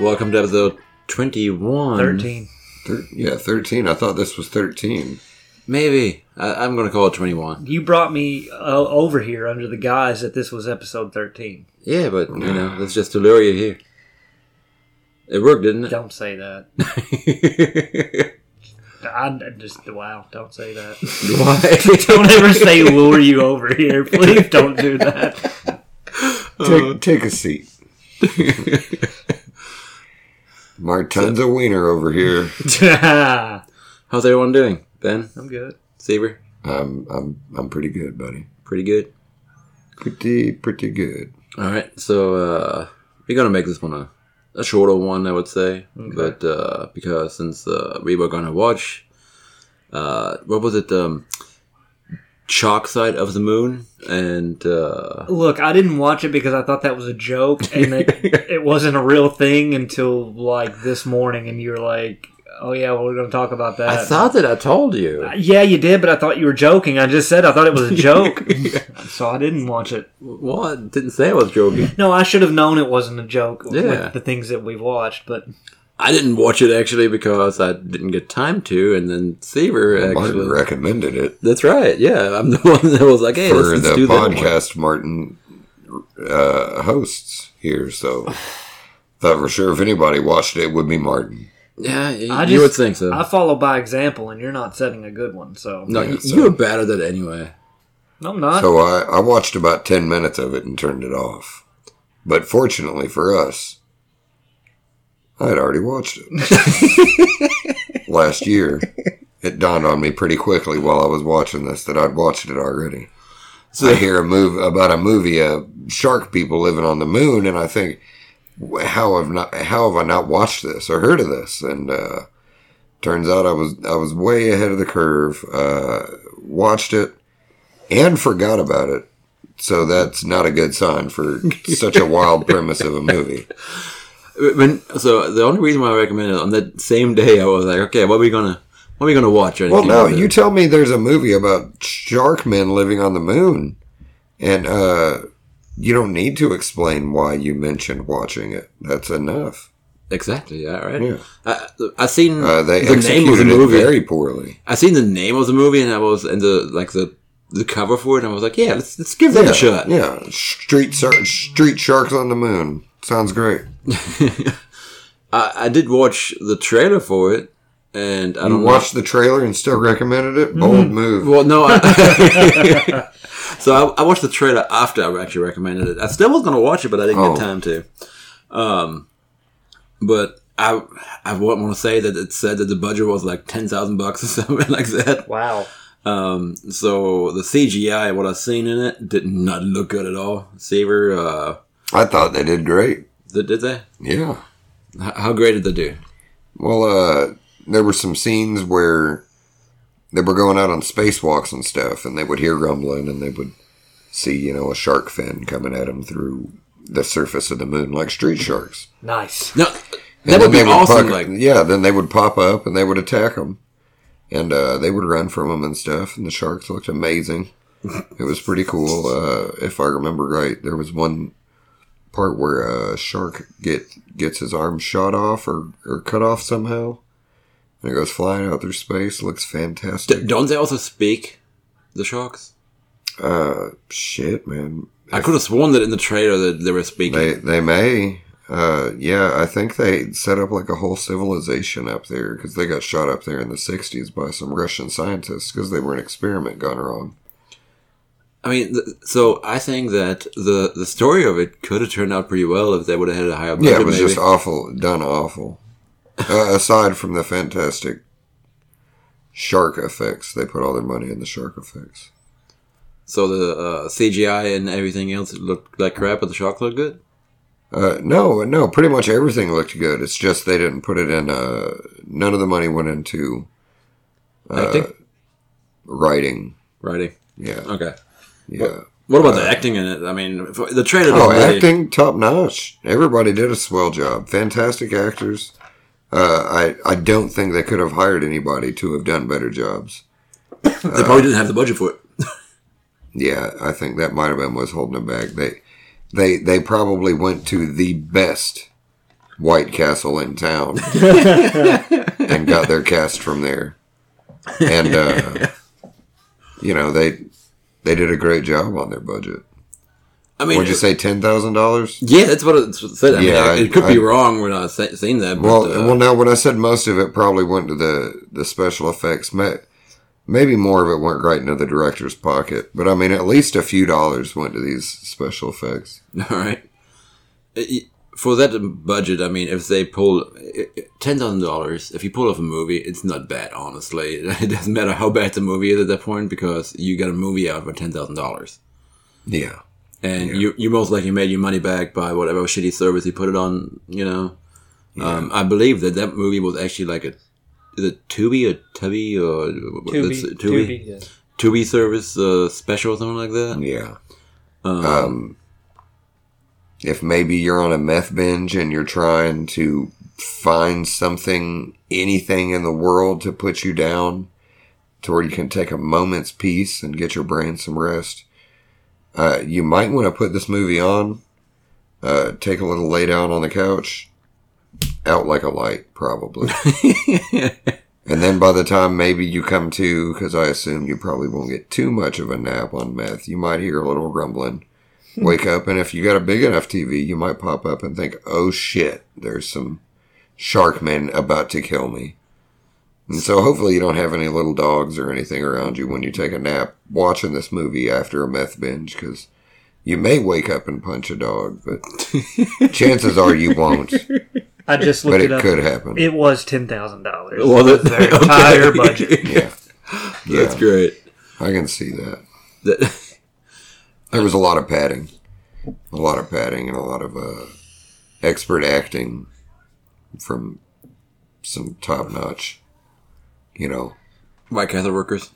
Welcome to episode 21. 13. Thir- yeah, 13. I thought this was 13. Maybe. I, I'm going to call it 21. You brought me uh, over here under the guise that this was episode 13. Yeah, but, you know, that's just to lure you here. It worked, didn't Don't say that. it? I I just, wow, don't say that. Why? Don't ever say lure you over here. Please don't do that. Take, take a seat. Martens a wiener over here. How's everyone doing? Ben? I'm good. Saber? I'm, I'm, I'm pretty good, buddy. Pretty good. Pretty, pretty good. All right, so uh, we're gonna make this one a, a shorter one, I would say, but uh, because since uh, we were gonna watch, uh, what was it, um, Chalk Side of the Moon, and uh, Look, I didn't watch it because I thought that was a joke and that it wasn't a real thing until like this morning, and you were like, oh yeah, well, we're going to talk about that. I thought that I told you. yeah, you did, but I thought you were joking. I just said I thought it was a joke, so I didn't watch it. Well, I didn't say I was joking. No, I should have known it wasn't a joke Yeah. with the things that we've watched, but I didn't watch it actually because I didn't get time to, and then Seaver Martin actually. recommended it That's right. Yeah, I'm the one that was like, "Hey, let's, for let's the do that." one. podcast Martin uh, hosts here, so thought for sure if anybody watched it, it would be Martin. Yeah, you, I you would just- think so. I follow by example, and you're not setting a good one. So no, Yeah, you- so- you're better than anyway. No, I'm not. So I, I watched about 10 minutes of it and turned it off. But fortunately for us, I had already watched it last year. It dawned on me pretty quickly while I was watching this that I'd watched it already. So I hear a move about a movie of shark people living on the moon, and I think, "Wh- how have not how have I not watched this or heard of this? And uh, turns out I was I was way ahead of the curve. Uh, watched it, and forgot about it. So that's not a good sign for such a wild premise of a movie. When, so the only reason why I recommend it on that same day, I was like, okay, what are we gonna, what are we gonna watch? Well, no, you tell me there's a movie about shark men living on the moon, and uh, you don't need to explain why you mentioned watching it. That's enough. exactly. Yeah, right. Yeah. I, I seen Uh, they the name of executed the it movie. very poorly. I seen the name of the movie, and I was in the like the the cover for it, and I was like, yeah, let's let's give that a shot. Yeah, street sar- street sharks on the moon sounds great. I, I did watch the trailer for it, and I You don't know- Mm-hmm. watched the trailer and still recommended it. Bold move. Well, no. I, so I, I watched the trailer after I actually recommended it. I still was gonna watch it, but I didn't Oh. get time to. Um, but I I want to say that it said that the budget was like ten thousand bucks or something like that. Wow. Um, so the CGI, what I seen in it, did not look good at all. Saver, uh, I thought they did great. did, did they? Yeah. How, how great did they do? Well, uh, there were some scenes where they were going out on spacewalks and stuff, and they would hear rumbling, and they would see, you know, a shark fin coming at them through the surface of the moon, like street sharks. Nice. No, And that then would be they awesome. puck- Like, yeah, then they would pop up and they would attack them, and uh, they would run from them and stuff. And the sharks looked amazing. it was pretty cool. Uh, if I remember right, there was one part where a shark get gets his arm shot off or, or cut off somehow, and it goes flying out through space. Looks d- fantastic. don't they also speak? The sharks. Uh, shit, man. I could have sworn that in the trailer that they were speaking. They they may. Uh, yeah, I think they set up like a whole civilization up there because they got shot up there in the '60s by some Russian scientists because they were an experiment gone wrong. I mean, th- so I think that the the story of it could have turned out pretty well if they would have had a higher budget. Yeah, it was maybe. just awful, done awful. uh, aside from the fantastic shark effects, they put all their money in the shark effects. so the uh, CGI and everything else looked like crap, but the shark looked good. Uh, no, no, pretty much everything looked good. It's just they didn't put it in. Uh, none of the money went into Uh, Acting, writing. righty, Yeah, okay. yeah. What about the acting in it? I mean, for- the trailer. uh, Oh, doesn't really- acting top notch. Everybody did a swell job. Fantastic actors. Uh, I I don't think they could have hired anybody to have done better jobs. They probably didn't have the budget for it. Yeah, I think that might have been what's holding them back. They they they probably went to the best White Castle in town and got their cast from there. And uh, you know they they did a great job on their budget. I mean, Would you say ten thousand dollars? yeah, that's what it said. I Yeah, mean, I- it could be I- wrong. We're not say- saying that. But, Well, uh, well, no. When I said most of it probably went to the the special effects, ma- maybe more of it went right into the director's pocket. But I mean, at least a few dollars went to these special effects. All right. It- it- Uh, For that budget, I mean, if they pull it- it- ten thousand dollars, if you pull off a movie, it's not bad, honestly. It doesn't matter how bad the movie is at that point because you got a movie out for ten thousand dollars, Yeah, and you you most likely made your money back by whatever shitty service you put it on. You know, um, I believe that that movie was actually like a is it Tubi or Tubby or Tubi, that's- Tubi, yes. Tubi service uh, special or something like that. yeah. um, if maybe you're on a meth binge and you're trying to find something, anything in the world to put you down, to where you can take a moment's peace and get your brain some rest, uh, you might want to put this movie on. Uh, take a little lay down on the couch, out like a light, probably. and then by the time maybe you come to, because I assume you probably won't get too much of a nap on meth, you might hear a little rumbling Hmm. wake up and if you got a big enough TV, you might pop up and think, "Oh shit, there's some shark men about to kill me." And so hopefully you don't have any little dogs or anything around you when you take a nap watching this movie after a meth binge cuz you may wake up and punch a dog, but chances are you won't. I just looked But it, it up. could happen. It was ten thousand dollars. Well, that- their okay. entire budget. Yeah. That's Yeah. great. I can see that. That, There was a lot of padding. A lot of padding and a lot of uh, expert acting from some top notch, you know. white Catholic workers.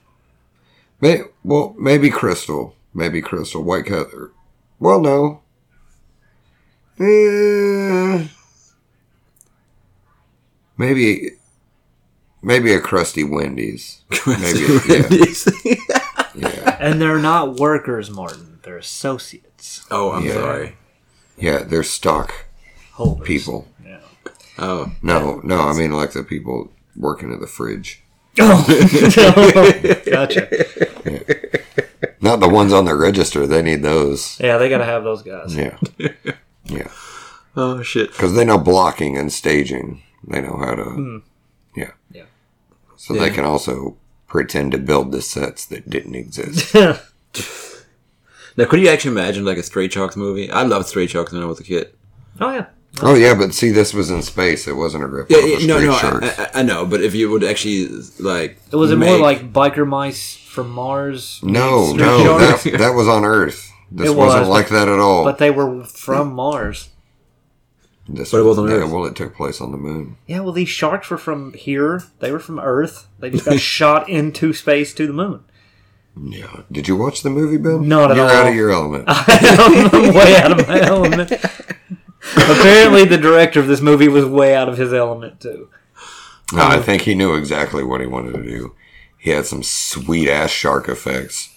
May, well, maybe Crystal. Maybe Crystal. White Cat. or- Well, no. Eh, maybe. Maybe a crusty Wendy's. Maybe, Yeah. And they're not workers, Martin. They're associates. oh, I'm Yeah. sorry. Yeah, they're stock Holders. people. Yeah. Oh, No, no, I mean like the people working at the fridge. Oh, gotcha. Not the ones on the register. They need those. Yeah, they gotta have those guys. Yeah. Yeah. oh shit. Because they know blocking and staging. They know how to. Yeah. Yeah. Hmm. So Yeah. they can also pretend to build the sets that didn't exist. Now, could you actually imagine like a Stray Sharks movie? I loved Stray Sharks when I was a kid. oh yeah. oh, yeah, but see, this was in space. It wasn't a ripoff Yeah, of yeah, no, Street no, Sharks. I, I, I know, but if you would actually like, It was it more make- like biker mice from Mars. no, Street no, Sharks? that, that was on Earth. This It wasn't was, like that at all. but they were from Mars. this, But it was on yeah, Earth. Well, it took place on the moon. Yeah, well, these sharks were from here. They were from Earth. They just got shot into space to the moon. Yeah. Did you watch the movie, Ben? Not at You're out all. of your element. I'm way out of my element. Apparently, the director of this movie was way out of his element too. No, I think he knew exactly what he wanted to do. He had some sweet ass shark effects,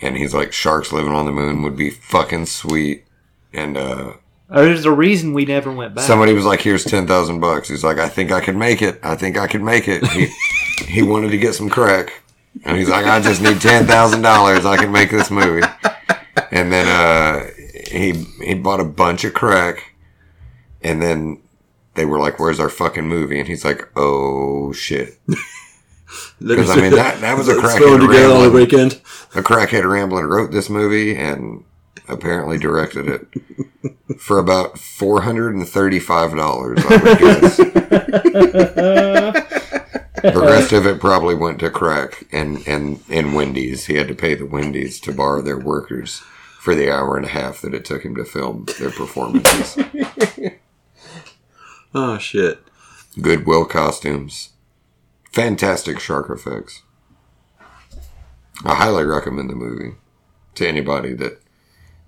and he's like, sharks living on the moon would be fucking sweet. And uh, There's a reason we never went back. somebody was like, "Here's ten thousand bucks." He's like, "I think I could make it. I think I could make it." He he wanted to get some crack, and he's like, "I just need ten thousand dollars. I can make this movie." And then uh, he he bought a bunch of crack, and then they were like, "Where's our fucking movie?" And he's like, "Oh shit." Because I mean that that was a Let's crackhead throw it together all the rambling. weekend. A crackhead rambling wrote this movie and apparently directed it for about four hundred and thirty-five dollars. I would guess. the rest of it probably went to crack and and and Wendy's. He had to pay the Wendy's to borrow their workers for the hour and a half that it took him to film their performances. Oh shit. Goodwill costumes. Fantastic shark effects. I highly recommend the movie to anybody that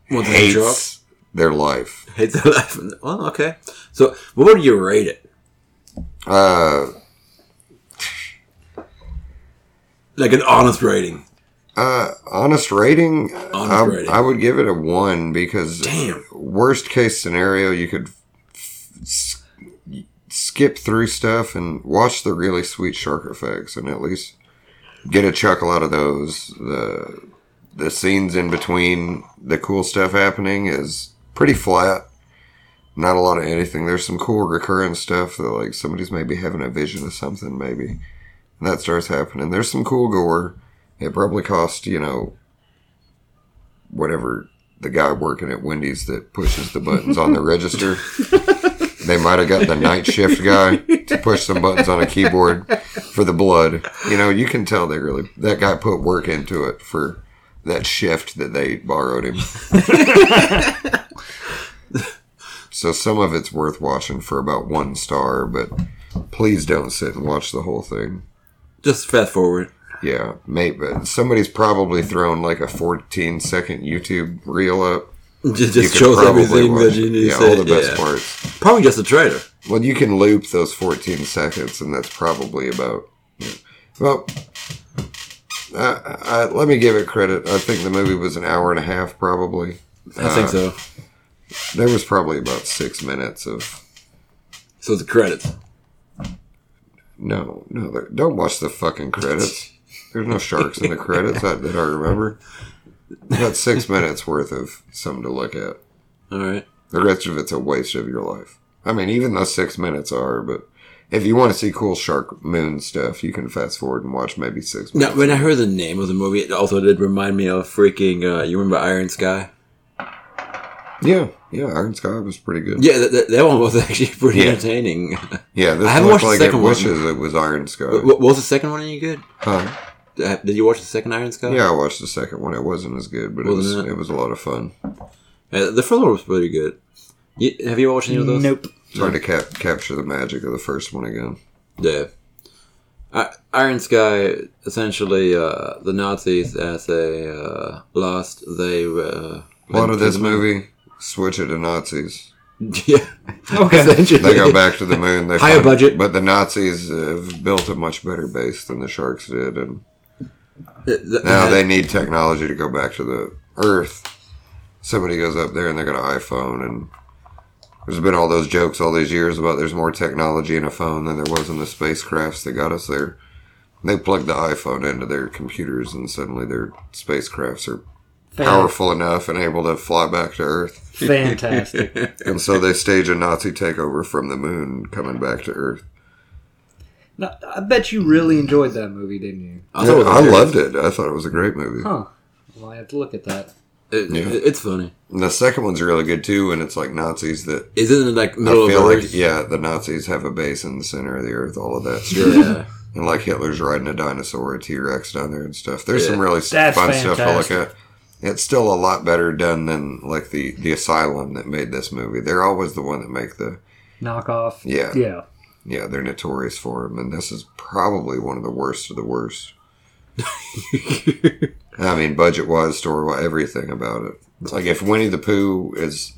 What's the sharks? hates their life. Hate the life. Well, okay. So, what would you rate it? Uh, Like an honest rating? uh, honest rating, Honest I, rating. I would give it a one because Damn. worst case scenario, you could f- s- skip through stuff and watch the really sweet shark effects and at least get a chuckle out of those. The the scenes in between the cool stuff happening is pretty flat. Not a lot of anything. There's some cool recurring stuff that like somebody's maybe having a vision of something maybe. And that starts happening. There's some cool gore. It probably cost, you know, whatever the guy working at Wendy's that pushes the buttons on the register. They might have got the night shift guy to push some buttons on a keyboard for the blood. You know, you can tell they really that guy put work into it for that shift that they borrowed him. so some of it's worth watching for about one star, but please don't sit and watch the whole thing. Just fast forward. Yeah, mate, but somebody's probably thrown like a 14 second YouTube reel up. Just, You just could chose probably everything watch- that you need yeah, to say. all the best yeah. parts. Probably just a trailer. Well, you can loop those 14 seconds, and that's probably about. Well, I, I, let me give it credit. I think the movie was an hour and a half, probably. I Uh, think so. There was probably about six minutes of. So the credits. No, no, there- don't watch the fucking credits. There's no sharks in the credits that, that I remember. About six minutes worth of something to look at. All right. The rest of it's a waste of your life. I mean, even those six minutes are, but if you want to see cool shark moon stuff, you can fast forward and watch maybe six minutes. Now, when I heard the name of the movie, it also did remind me of freaking. Uh, you remember Iron Sky? Yeah, yeah, Iron Sky was pretty good. Yeah, that, that, that one was actually pretty Yeah. Uh, entertaining. Yeah, this I haven't looked watched the like it second one. wishes it was Iron Sky. what, what was the second one any good? Huh? Uh, Did you watch the second Iron Sky? Yeah, I watched the second one. It wasn't as good, but it was Wasn't it? it was a lot of fun. Uh, the first one was pretty good. You, have you watched any of those? Nope. It's hard to cap- capture the magic of the first one again. Yeah. I- Iron Sky, essentially, uh, the Nazis, as they uh, lost, they. Uh, Plot went of to this the moon. movie: switch it to Nazis. yeah. Okay. Essentially. They go back to the moon. They Higher find- budget. but the Nazis have built a much better base than the sharks did, and Th- th- Now they need technology to go back to the Earth. Somebody goes up there and they got an iPhone, and there's been all those jokes all these years about there's more technology in a phone than there was in the spacecrafts that got us there. They plugged the iPhone into their computers, and suddenly their spacecrafts are powerful enough and able to fly back to Earth. Fantastic. And so they stage a Nazi takeover from the moon coming back to Earth. Now, I bet you really enjoyed that movie, didn't you? I thought it was I hilarious. loved it. I thought it was a great movie. Huh. Well, I have to look at that. It- Yeah. it- It's funny. And the second one's really good too, and it's like Nazis that Isn't it like middle I feel of like Earth? yeah, the Nazis have a base in the center of the earth, all of that stuff, yeah. and like Hitler's riding a dinosaur, a T Rex down there and stuff. There's some Yeah. really s- That's fun stuff to look fantastic. at. It's still a lot better done than like the the asylum that made this movie. They're always the one that make the Knockoff. Yeah. Yeah. yeah. They're notorious for them, and this is probably one of the worst of the worst. I mean, budget wise, story wise, everything about it. It's like if Winnie the Pooh is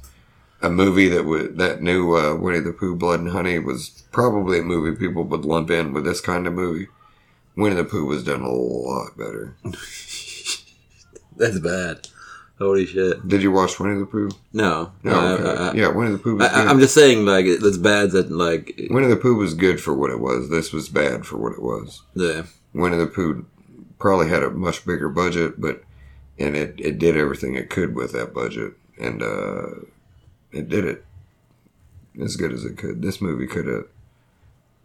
a movie that would that new uh, Winnie the Pooh Blood and Honey was probably a movie people would lump in with this kind of movie. Winnie the Pooh was done a lot better. That's bad. Holy shit. Did you watch Winnie the Pooh? No. No, I- okay. I- I- yeah, Winnie the Pooh was Uh, I, good. I'm just saying, like, it- it's bad that, like, Winnie the Pooh was good for what it was. This was bad for what it was. the Winnie the Pooh probably had a much bigger budget, but and it, it did everything it could with that budget, and uh, it did it as good as it could. This movie could have.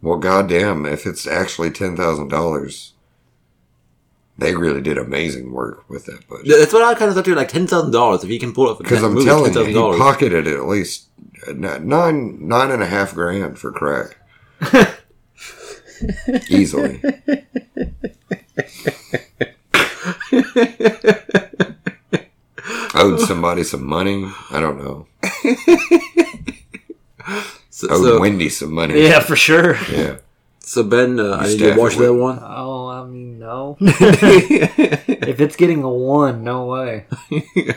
Well, goddamn, if it's actually ten thousand dollars, they really did amazing work with that budget. that's what I kind of thought too. Like ten thousand dollars if he can pull off a Because ten- I'm movie, telling you, he $10,000. pocketed at least uh, nine nine and a half grand for crack. Easily. Owed somebody some money. I don't know. So, Owed so, Wendy some money. Yeah, for sure. Yeah. so Ben, uh, I need you staff to watch it that with- one. Oh, I mean, no. if it's getting a one, no way. Just You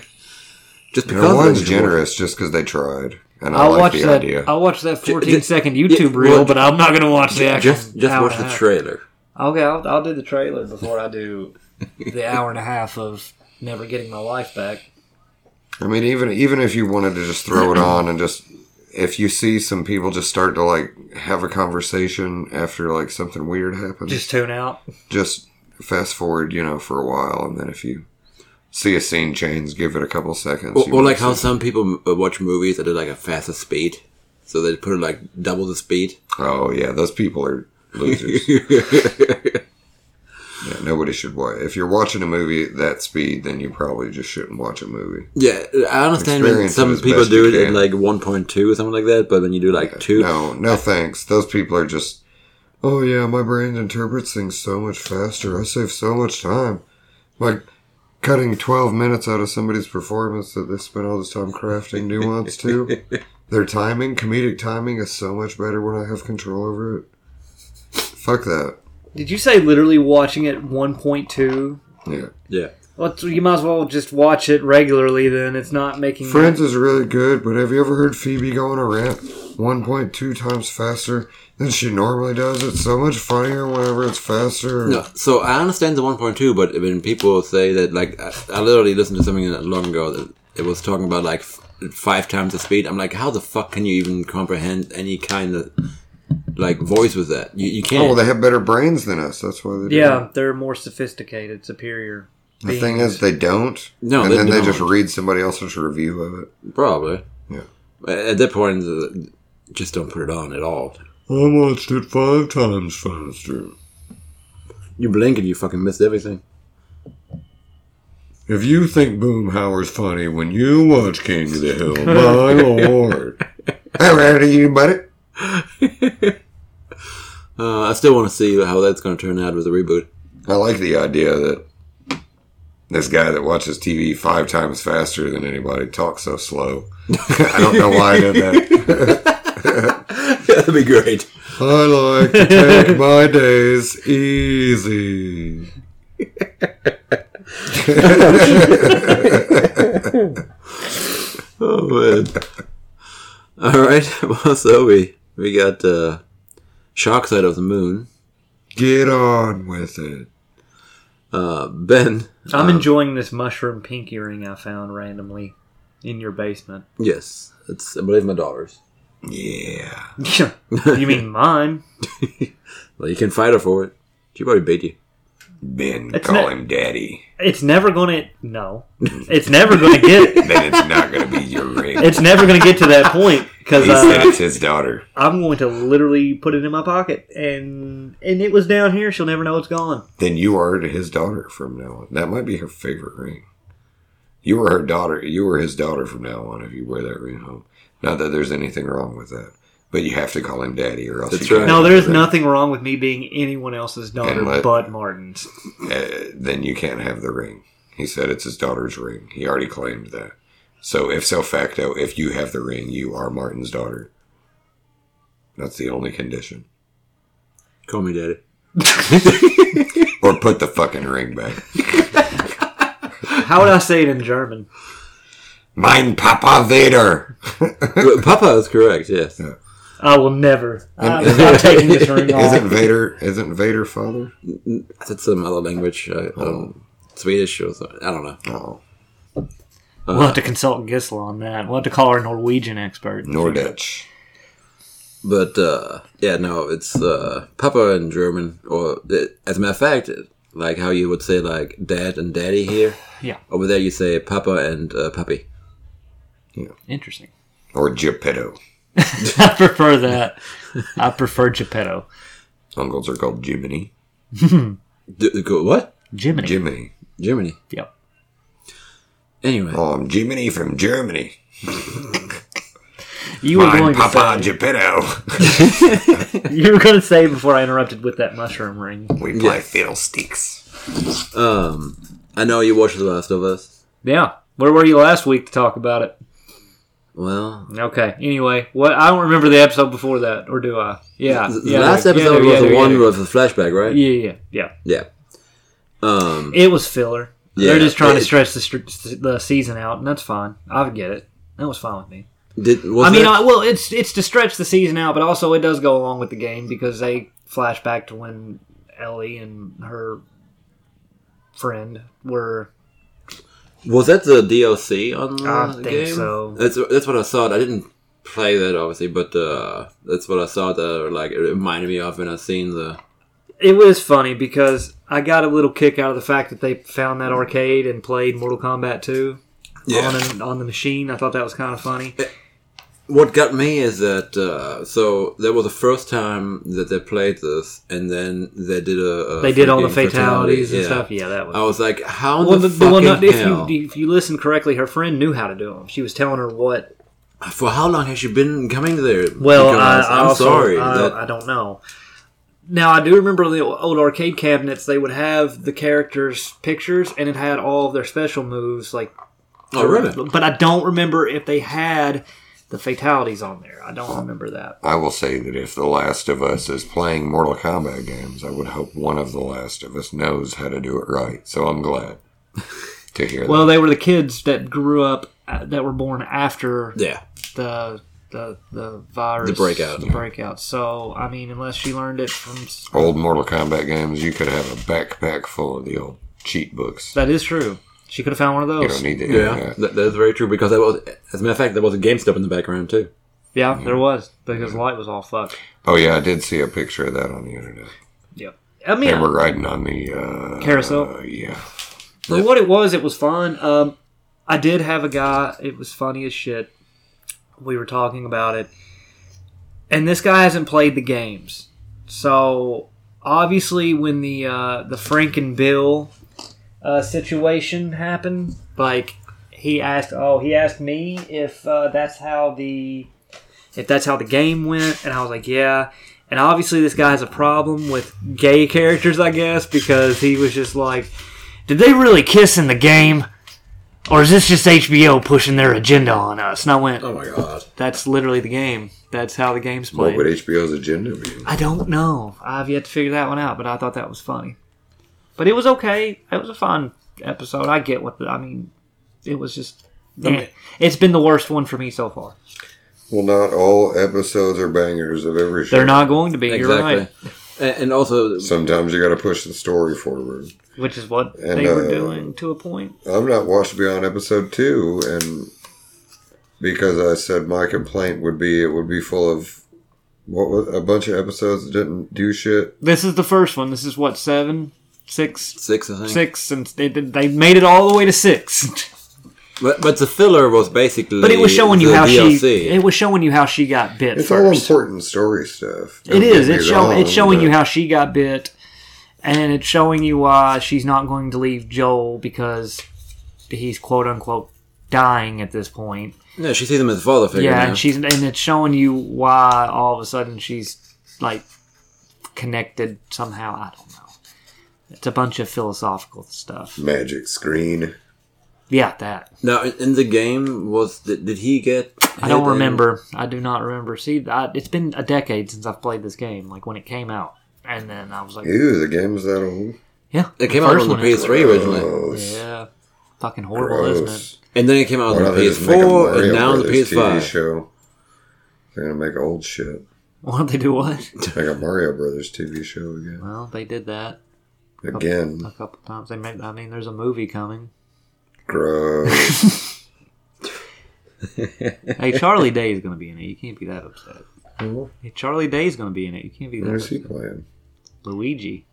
because know, one's it's generous. generous just because they tried. And I I'll like watch the that. idea. I'll watch that ju- 14 second YouTube yeah, reel, well, but I'm not gonna watch the actual. Just, just hour watch and a the half. trailer. Okay, I'll, I'll do the trailer before I do the hour and a half of never getting my life back. I mean, even even if you wanted to just throw it on and just if you see some people just start to like have a conversation after like something weird happens, Just just, tune out. fast forward, you know, for a while, and then if you see a scene change, give it a couple seconds. Or, you or might like how see- some people uh, watch movies at like a faster speed, so they put it like double the speed. oh yeah, those people are losers. yeah, nobody should watch. If you're watching a movie at that speed, then you probably just shouldn't watch a movie. yeah, I understand when Experience it some as people best do you it in can. like one point two or something like that, but when you do like two, No, no thanks. Those people are just, oh yeah, my brain interprets things so much faster. I save so much time. Like cutting 12 minutes out of somebody's performance that they spent all this time crafting nuance to. Their timing, comedic timing, is so much better when I have control over it. Fuck that. Did you say literally watching it 1.2? Yeah. yeah, Well, you might as well just watch it regularly then. It's not making. Friends is really good, but have you ever heard Phoebe go on a rant 1.2 times faster than she normally does? It's so much funnier whenever it's faster. no. So I understand the one point two, but when people say that, like, I, I literally listened to something not long ago that it was talking about like f- five times the speed. I'm like, how the fuck can you even comprehend any kind of like voice with that? You, you Oh, well, can't. they have better brains than us. That's why they do. Yeah, they're more sophisticated, superior. The thing is, they don't. No, and they then they don't. just read somebody else's review of it. Probably. Yeah. At that point, uh, just don't put it on at all. I watched it five times faster. You blink and you fucking missed everything. If you think Boomhauer's funny when you watch King of the Hill, my lord. How are you, buddy? Uh, I still want to see how that's going to turn out with the reboot. I like the idea that this guy that watches TV five times faster than anybody talks so slow. I don't know why I did that. That'd be great. I like to take my days easy. Oh man. All right. Well, so we we got uh, Shock Side of the Moon. Get on with it. Uh, ben. I'm enjoying this mushroom pink earring I found randomly in your basement. Yes, it's I believe my daughter's. Yeah. you mean mine? Well, you can fight her for it. She probably beat you. Ben, It's call not- him daddy. It's never gonna. No, it's never gonna get. Then it's not going to be your ring. It's never gonna get to that point because he said uh, it's his daughter. I'm going to literally put it in my pocket, and and it was down here. She'll never know it's gone. Then you are his daughter from now on. That might be her favorite ring. You were her daughter. You were his daughter from now on if you wear that ring home. Not that there's anything wrong with that, but you have to call him daddy or else. That's you right. can't No, there is have nothing wrong with me being anyone else's daughter And let- but Martin's. the ring. Uh, then you can't have the ring. He said it's his daughter's ring. He already claimed that. So if so facto, if you have the ring, you are Martin's daughter. That's the only condition. Call me daddy. Or put the fucking ring back. How would I say it in German? Mein Papa Vader. Well, Papa is correct. Yes. Yeah. I will never. I'm, And- not taking this ring Isn't off. Vader? Isn't Vader father? That's some other language. I, um, Swedish or something. I don't know. Oh, We'll have to consult Gisela on that. We'll have to call our Norwegian expert. Nordich. But uh, yeah, no, it's uh, Papa in German, or uh, as a matter of fact, like how you would say like Dad and Daddy here. Yeah. Over there, you say Papa and uh, Puppy. Interesting. or Geppetto. I prefer that. I prefer Geppetto. Uncles are called Jiminy. D- go- what? Jiminy. Jiminy. Germany. Yep. Anyway, Oh, I'm Jiminy from Germany. You were I'm going to Papa say, Geppetto. you were going to say before I interrupted with that mushroom ring. We play fiddlesticks. um, I know you watched The Last of Us. Yeah. Where were you last week to talk about it? Well, Okay. Anyway, what I don't remember the episode before that, or do I? Yeah. the yeah, last yeah, episode yeah, was yeah, the yeah, one yeah. with the flashback, right? Yeah, yeah, yeah. Yeah. Um, It was filler. They're Yeah. just trying It- to stretch the, str- the season out, and that's fine. I get it. That was fine with me. did was I mean, that- I, well, it's it's to stretch the season out, but also it does go along with the game because they flash back to when Ellie and her friend were. was that the DLC on the I think game? so. That's that's what I thought. I didn't play that obviously, but uh, that's what I saw that like it reminded me of when I seen the It was funny because I got a little kick out of the fact that they found that arcade and played Mortal Kombat 2 on, an, on the machine. I thought that was kind of funny. What got me is that uh, so that was the first time that they played this, and then they did a, a They did all the freaking fatalities and yeah. stuff. Yeah, that was. I was like, how in well, the, the, the one, fucking if hell? you if you listen correctly, her friend knew how to do them. She was telling her what. For how long has she been coming there? Well, I, Because I I'm also- sorry. I, that, I don't know. Now I do remember the old arcade cabinets. They would have the characters' pictures, and it had all of their special moves, like oh, really? But I don't remember if they had the fatalities on there. I don't remember that. I will say that if The Last of Us is playing Mortal Kombat games, I would hope one of The Last of Us knows how to do it right. So I'm glad to hear Well, they were the kids that grew up uh, that were born after Yeah. the the the virus, The breakout. the breakout. So I mean, unless she learned it from s- that. Old Mortal Kombat games, you could have a backpack full of the old cheat books. that is true. She could have found one of You those. don't need the Yeah, internet. that, that's very true. Because that was, as a matter of fact, there was a GameStop in the background too. yeah, there was because the light was all fucked. Oh, yeah, I did see a picture of that on the internet. Yep. I mean, They were riding on the uh, Carousel? uh, yeah. For what it was, it was fun. Um, I did have a guy. It was funny as shit. We were talking about it, and this guy hasn't played the games. So obviously, when the uh, the Frank and Bill uh, situation happened, like he asked, oh, he asked me if uh, that's how the if that's how the game went, and I was like, yeah. And obviously, this guy has a problem with gay characters, I guess, because he was just like, did they really kiss in the game? Or is this just HBO pushing their agenda on us? And I went, Oh my god! that's literally the game. That's how the game's What played. would HBO's agenda be? I don't know. I've yet to figure that one out, but I thought that was funny. But it was okay. It was a fun episode. I get what the, I mean. It was just. eh. It's been the worst one for me so far. Well, not all episodes are bangers of every show. They're not going to be. Exactly. You're right. And, and also, Sometimes you got to push the story forward. Which is what And, they were uh, doing to a point. I've not watched beyond episode two, and because I said my complaint would be it would be full of what was a bunch of episodes that didn't do shit. This is the first one. This is what seven, six, six, I think. six, and they, they made it all the way to six. But, but the filler was basically. But it was showing you the how DLC. she. It was showing you how she got bit. It's all first. important story stuff. It is. Don't get It's me showing. It's wrong, showing you but how she got bit, and it's showing you why she's not going to leave Joel because he's quote unquote dying at this point. yeah, she sees him as a father figure. yeah, now. and she's and it's showing you why all of a sudden she's like connected somehow. I don't know. It's a bunch of philosophical stuff. magic screen. Yeah, that. Now, in, in the game, was did, did he get? I don't hit in- remember. I do not remember. See, I, it's been a decade since I've played this game. Like when it came out, and then I was like, Ew, the game's that old. yeah, It the came out first on the one is- PS3 originally, Gross. Yeah. Fucking horrible, isn't it? Gross. and then it came out on Why the don't they just make a PS4, and Mario now on the Brothers TV PS5. show? They're gonna make old shit. Why don't they do what? Make a Mario Brothers TV show again. Well, they did that a Again, couple times. They made. I mean, there's a movie coming. gross. Hey, Charlie Day is going to be in it. You can't be that upset. Hey, Charlie Day is going to be in it. You can't be that Where's he upset. playing? Luigi.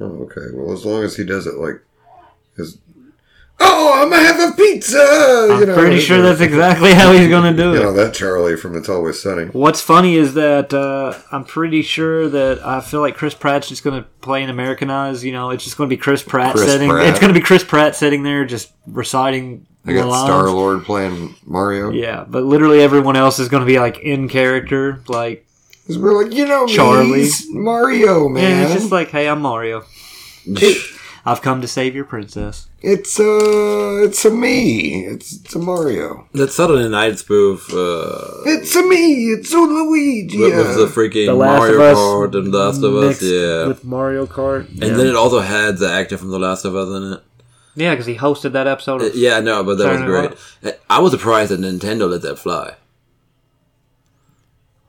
Oh, okay. Well, as long as he does it like his. Oh, I'm gonna have a pizza. I'm pretty sure that's exactly how he's going to do You it. know that Charlie from It's Always Sunny. What's funny is that uh, I'm pretty sure that I feel like Chris Pratt's just going to play an Americanized. You know, it's just going to be Chris Pratt Chris sitting. Pratt. It's going to be Chris Pratt sitting there just reciting. They got the lines. Star Lord playing Mario. Yeah, but literally everyone else is going to be like in character, like We're like, you know, me, Charlie. he's Mario and man. it's just like, hey, I'm Mario. It- I've come to save your princess. it's uh, it's a me. It's, it's a Mario. That Saturday Night spoof uh, It's a me. It's a Luigi. with- with the freaking Mario Kart and Last of Us, yeah. with Mario Kart. and then it also had the actor from The Last of Us in it. yeah, because he hosted that episode. Uh, Of, Yeah, no, but that Saturday was Night great. I was surprised that Nintendo let that fly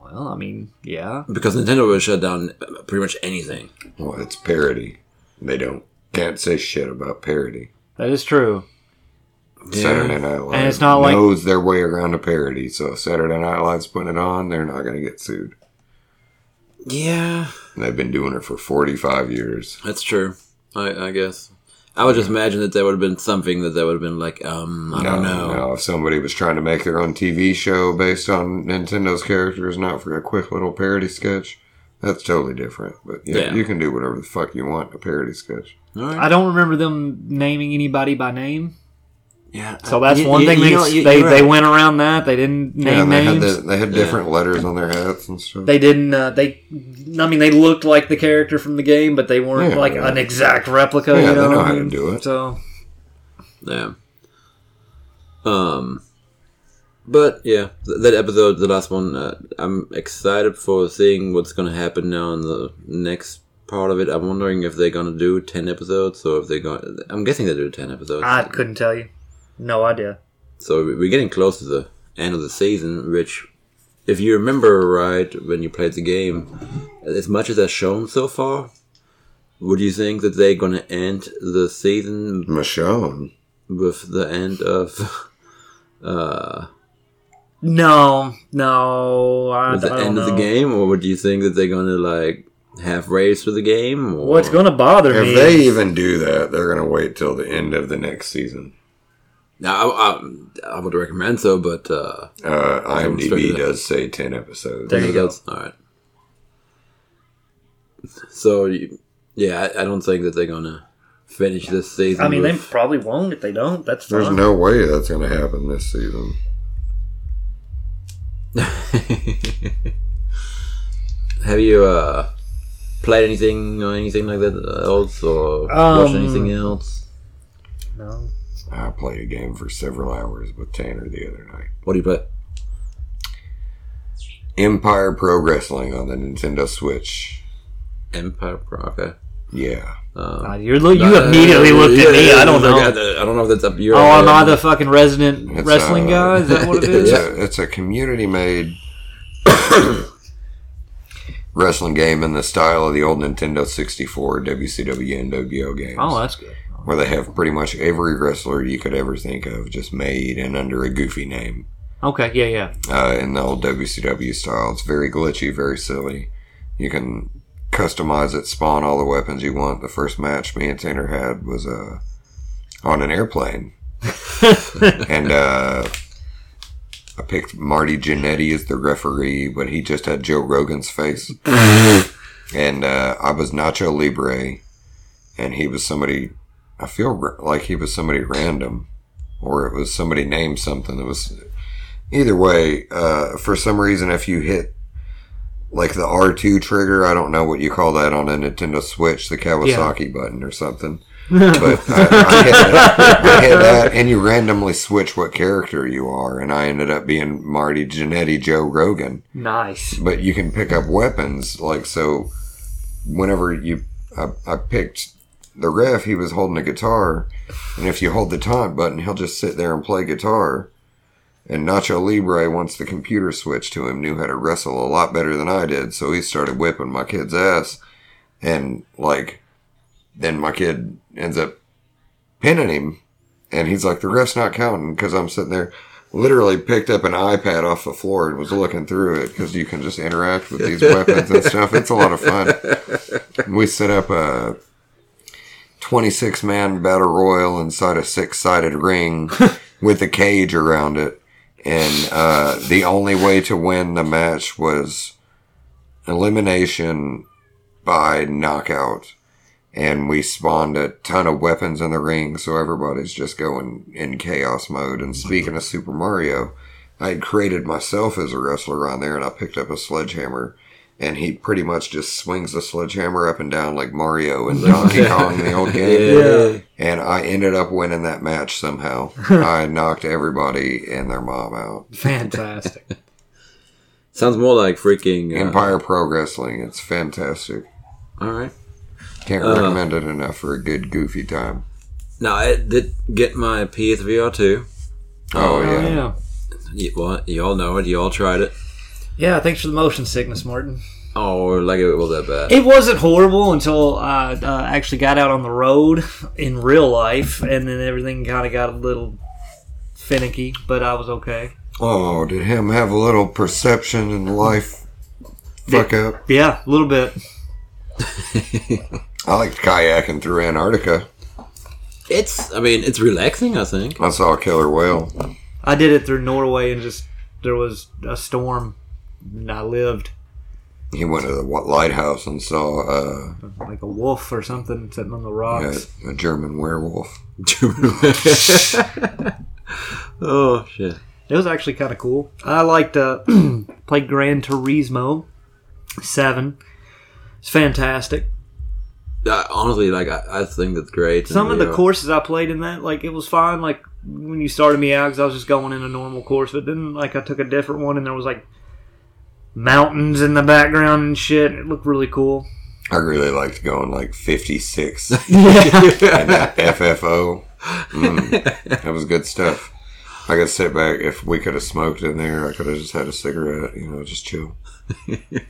Well, I mean, yeah, because Nintendo would shut down pretty much anything. Well, it's parody. They don't can't say shit about parody. that is true. Saturday Night Live And it's not like- knows their way around a parody. So if Saturday Night Live's putting it on, they're not going to get sued. Yeah, And they've been doing it for 45 years. that's true. I, I guess I would just imagine that there would have been something that they would have been like, um, I don't know. no, if somebody was trying to make their own TV show based on Nintendo's characters, not for a quick little parody sketch, that's totally different. But yeah, Yeah. you can do whatever the fuck you want in a parody sketch. All right. I don't remember them naming anybody by name. yeah. So that's You- one you- thing you they know, you- they, you're they right. went around that. They didn't yeah, name and they had, names. the, they had different letters on their hats and stuff. They didn't. Uh, they, I mean, they looked like the character from the game, but they weren't Yeah, like yeah. an exact replica. Yeah, you they know, know what I how to mean? do it. So Yeah. Um. But yeah, th- that episode, the last one, uh, I'm excited for seeing what's gonna happen now in the next part of it. I'm wondering if they're gonna do ten episodes, or if they're going. to I'm guessing they do ten episodes. I couldn't tell you. No idea. So we- we're getting close to the end of the season, which, if you remember right, when you played the game, as much as has shown so far, would you think that they're gonna end the season Michonne. with the end of uh No, no. I, with the I don't end of the know. game or would you think that they're gonna like have race for the game or What's going to bother me? If they even do that, they're going to wait till the end of the next season. now I, I, I would recommend so but uh Uh, I'm IMDb expecting that. does say 10 episodes. There you go. all right so you- yeah I, I don't think that they're gonna finish this season I mean, they with, probably won't if they don't. That's fine. There's no way that's going to happen this season. have you uh played anything or anything like that else or watched Um, anything else No. I played a game for several hours with Tanner the other night. what do you play Empire Pro Wrestling on the Nintendo Switch. Empire Pro okay Yeah. um, Uh, you're, li- you Uh, immediately looked at me. yeah, I don't it's know. like, I I don't know if that's up your. Oh, am I alley. the fucking resident It's, wrestling uh, guy? Is that what it is? It's, a, it's a community made wrestling game in the style of the old Nintendo 64 WCW NWO games. Oh, that's good. where they have pretty much every wrestler you could ever think of just made and under a goofy name Okay, yeah, yeah. uh, in the old WCW style. It's very glitchy, very silly. You can customize it, spawn all the weapons you want. The first match me and Tanner had was uh, on an airplane. and uh, I picked Marty Jannetty as the referee, but he just had Joe Rogan's face. and uh, I was Nacho Libre, and he was somebody, I feel r- like he was somebody random, or it was somebody named something that was either way, uh, for some reason, if you hit like the R2 trigger, I don't know what you call that on a Nintendo Switch, the Kawasaki button or something. but I, I, hit that, I hit that, and you randomly switch what character you are, and I ended up being Marty Jannetty Joe Rogan. Nice. But you can pick up weapons, like so. Whenever you, I, I picked the ref, he was holding a guitar, and if you hold the taunt button, he'll just sit there and play guitar. And Nacho Libre, once the computer switched to him, knew how to wrestle a lot better than I did, so he started whipping my kid's ass, and like, then my kid ends up pinning him, and he's like, "The ref's not counting," because I'm sitting there literally picked up an iPad off the floor and was looking through it because you can just interact with these weapons and stuff. It's a lot of fun. We set up a 26 man battle royal inside a six sided ring with a cage around it. And uh, the only way to win the match was elimination by knockout. And we spawned a ton of weapons in the ring, so everybody's just going in chaos mode. And speaking of Super Mario, I had created myself as a wrestler on there, and I picked up a sledgehammer. And he pretty much just swings the sledgehammer up and down like Mario and Donkey Kong, the old game. Yeah. And I ended up winning that match somehow. I knocked everybody and their mom out. Fantastic. Sounds more like freaking. Uh, Empire Pro Wrestling. It's fantastic. All right. Can't Uh. recommend it enough for a good goofy time. Now I did get my PSVR two. Oh, Oh, yeah. yeah. You, well, you all know it. You all tried it. Yeah, thanks for the motion sickness, Martin. Oh, like it was that bad. It wasn't horrible until I uh, actually got out on the road in real life, and then everything kind of got a little finicky, but I was okay. Oh, did him have a little perception and life fuck up? Yeah, a little bit. I liked kayaking through Antarctica. It's, I mean, it's relaxing. I think. I saw a killer whale. I did it through Norway and just there was a storm and I lived He went to the wa- lighthouse and saw uh, like a wolf or something sitting on the rocks. a, a German werewolf. oh shit! It was actually kind of cool. I liked uh, played Gran Turismo Seven. It's fantastic. I, honestly, like I, I think that's great. and Some of they the are- courses I played in that, like it was fine. Like when you started me out, because I was just going in a normal course. But then, like I took a different one, and there was like mountains in the background and shit. It looked really cool. I really liked going like 56 and Yeah, that FFO. Mm, that was good stuff. I could sit back. If we could have smoked in there, I could have just had a cigarette, you know, just chill.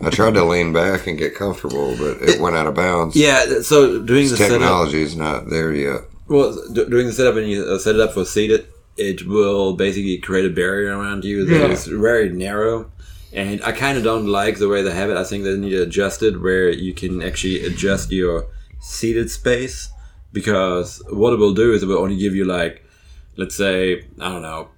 I tried to lean back and get comfortable, but it went out of bounds. Yeah, so doing the This setup, technology is not there yet. well, d- doing the setup, and you uh, set it up for seated, it will basically create a barrier around you that is Yeah. very narrow. And I kind of don't like the way they have it. I think they need to adjust it where you can actually adjust your seated space because what it will do is it will only give you like, let's say, I don't know,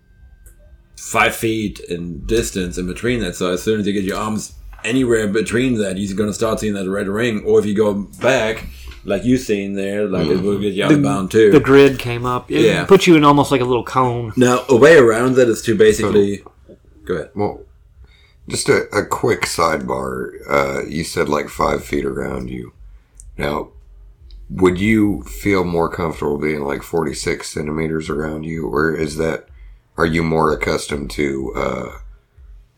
five feet in distance in between that. So as soon as you get your arms anywhere between that, you're going to start seeing that red ring. Or if you go back, like you've seen there, like it will get you out of bound too. Mm-hmm. the grid came up. It Yeah. put you in almost like a little cone. now, a way around that is to basically. Oh. Go ahead. Well, just a, a quick sidebar. Uh, you said like five feet around you. Now, would you feel more comfortable being like 46 centimeters around you, or is that, are you more accustomed to uh,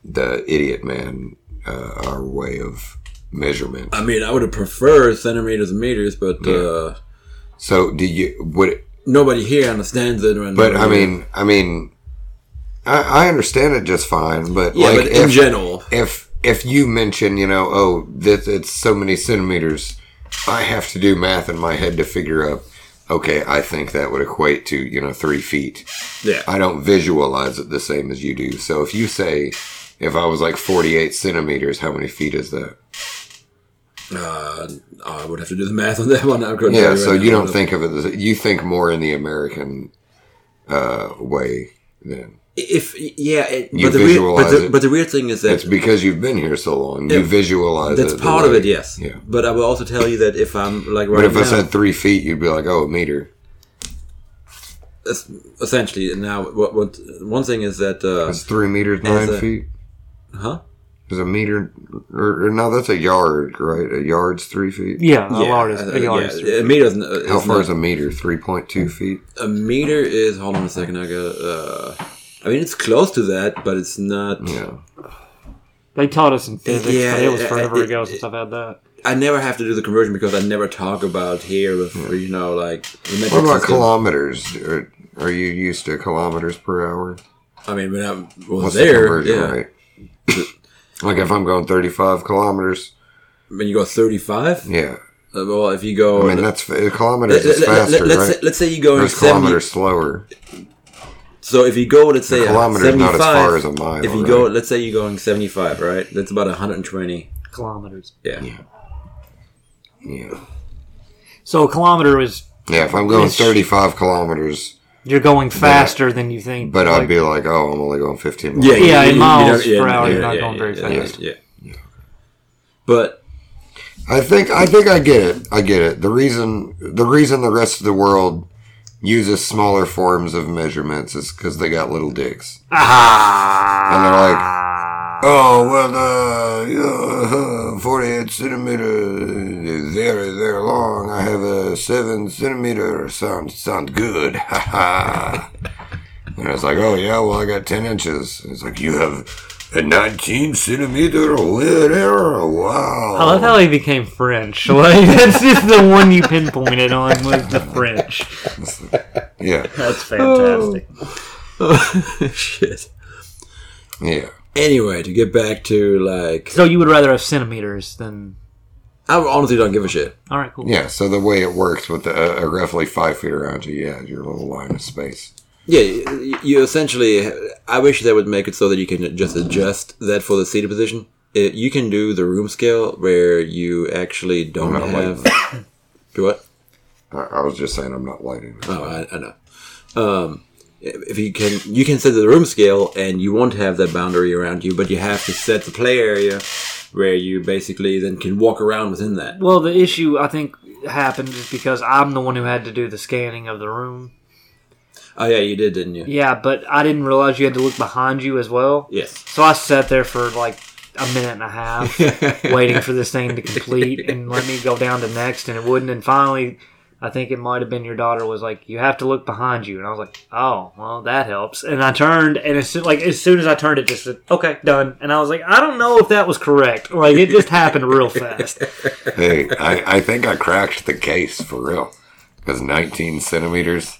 the idiot man, uh, our way of measurement? I mean, I would have preferred centimeters and meters, but uh, So, do you, would it, nobody here understands it. When but I mean, I mean, I, I understand it just fine, but yeah, like but in if- general, if if you mention you know oh this it's so many centimeters i have to do math in my head to figure up okay i think that would equate to you know three feet yeah, i don't visualize it the same as you do so if you say if i was like 48 centimeters how many feet is that uh, I would have to do the math on that one. I couldn't yeah tell so right you now. don't think of it as, you think more in the american uh, way then if yeah, it, You but, the weird, but, visualize the, it. but the weird thing is that it's because you've been here so long you Yeah, visualize that's it the part of way- it, yes. yeah But I will also tell you that if I'm like right but if now, i said three feet you'd be like oh a meter es- essentially now, what, what one thing is that uh, That's three meters As nine a- feet. huh? Is a meter or, or no? That's a yard, right? A yard's three feet. Yeah, a Yeah, yard is uh, a yard yeah, is- a meter. Is, n- uh, How is far not- is a meter? Three point two feet. a meter is hold on a second i got uh i mean it's close to that but it's not Yeah. They taught us in physics, Yeah, but it was it- forever it- ago since I've had that. i never have to do the conversion because i never talk about here with you know like the metric What about system. kilometers? Are, are you used to kilometers per hour? i mean when i was What's the there conversion yeah rate? like if I'm going thirty-five kilometers, when you go 35 yeah. uh, well if you go I mean that's fa- kilometers let, is faster, us say, right? let's say you go in Or is 70 kilometers slower? so if you go let's say A uh, kilometer is 75 not as far as a mile. if you right? go let's say you're going 75 right that's about 120 Kilometers. yeah, yeah, So a kilometer is yeah. If I'm going It's- thirty-five kilometers, you're going faster than you think. but like, I'd be like, oh, I'm only going fifteen. miles. Yeah, you- in you miles don't- yeah, per hour, yeah, you're not yeah, going very yeah, fast. yeah, yeah. but I think I think I get it. I get it. The reason the reason the rest of the world uses smaller forms of measurements is because they got little dicks, and they're like, Ah. oh well, uh, yeah, uh, forty-eight centimeter is very very long. I have a seven centimeter. Sounds sounds good. Ha ha. And it's like, oh yeah, well I got ten inches. It's like you have a nineteen centimeter. Whatever. Wow. I love how he became French. Like that's just the one you pinpointed on was the French. yeah. That's fantastic. shit Yeah. Anyway, to get back to like, So you would rather have centimeters than I honestly don't give a shit. all right, cool. Yeah, so the way it works with the, uh, uh, roughly five feet around you, yeah, your little line of space. Yeah, you- you essentially. I wish they would make it so that you can just adjust that for the seated position. It, you can do the room scale where you actually don't I'm not have. do what? I, I was just saying I'm not lighting. it. Oh, I, I know. Um, if you can, you can set the room scale, and you won't have that boundary around you, but you have to set the play area where you basically then can walk around within that. Well, the issue I think happened is because I'm the one who had to do the scanning of the room. Oh yeah, you did, didn't you? Yeah, but I didn't realize you had to look behind you as well. Yes. So I sat there for like a minute and a half waiting for this thing to complete and let me go down to next and it wouldn't and finally I think it might have been your daughter was like, You have to look behind you and I was like, Oh, well that helps and I turned and as soon like as soon as I turned it just said, Okay, done and I was like, I don't know if that was correct. Like it just happened real fast. hey, I, I think I cracked the case for real because 19 centimeters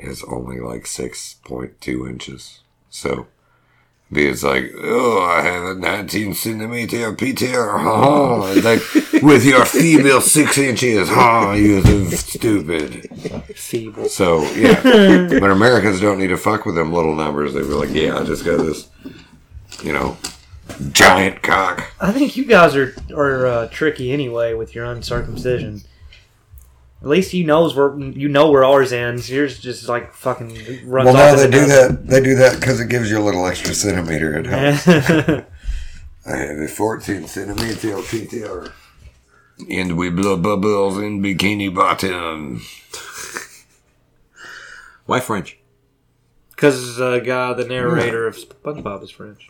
is only like 6.2 inches. So B is like, oh, I have a 19 centimeter PTR. Oh, it's like with your female six inches. Oh, you stupid. Feeble. So yeah, but Americans don't need to fuck with them little numbers. They were like, yeah, I just got this, you know, giant cock. I think you guys are are uh, tricky anyway with your uncircumcision. At least you knows where you know where ours ends. Yours just like fucking runs off. Well, no, as they it do does. that. They do that because it gives you a little extra centimeter. It helps. That's I have a 14 centimeter PTR. And we blow bubbles in bikini bottom. Why French? because the uh, guy, the narrator of SpongeBob, is French.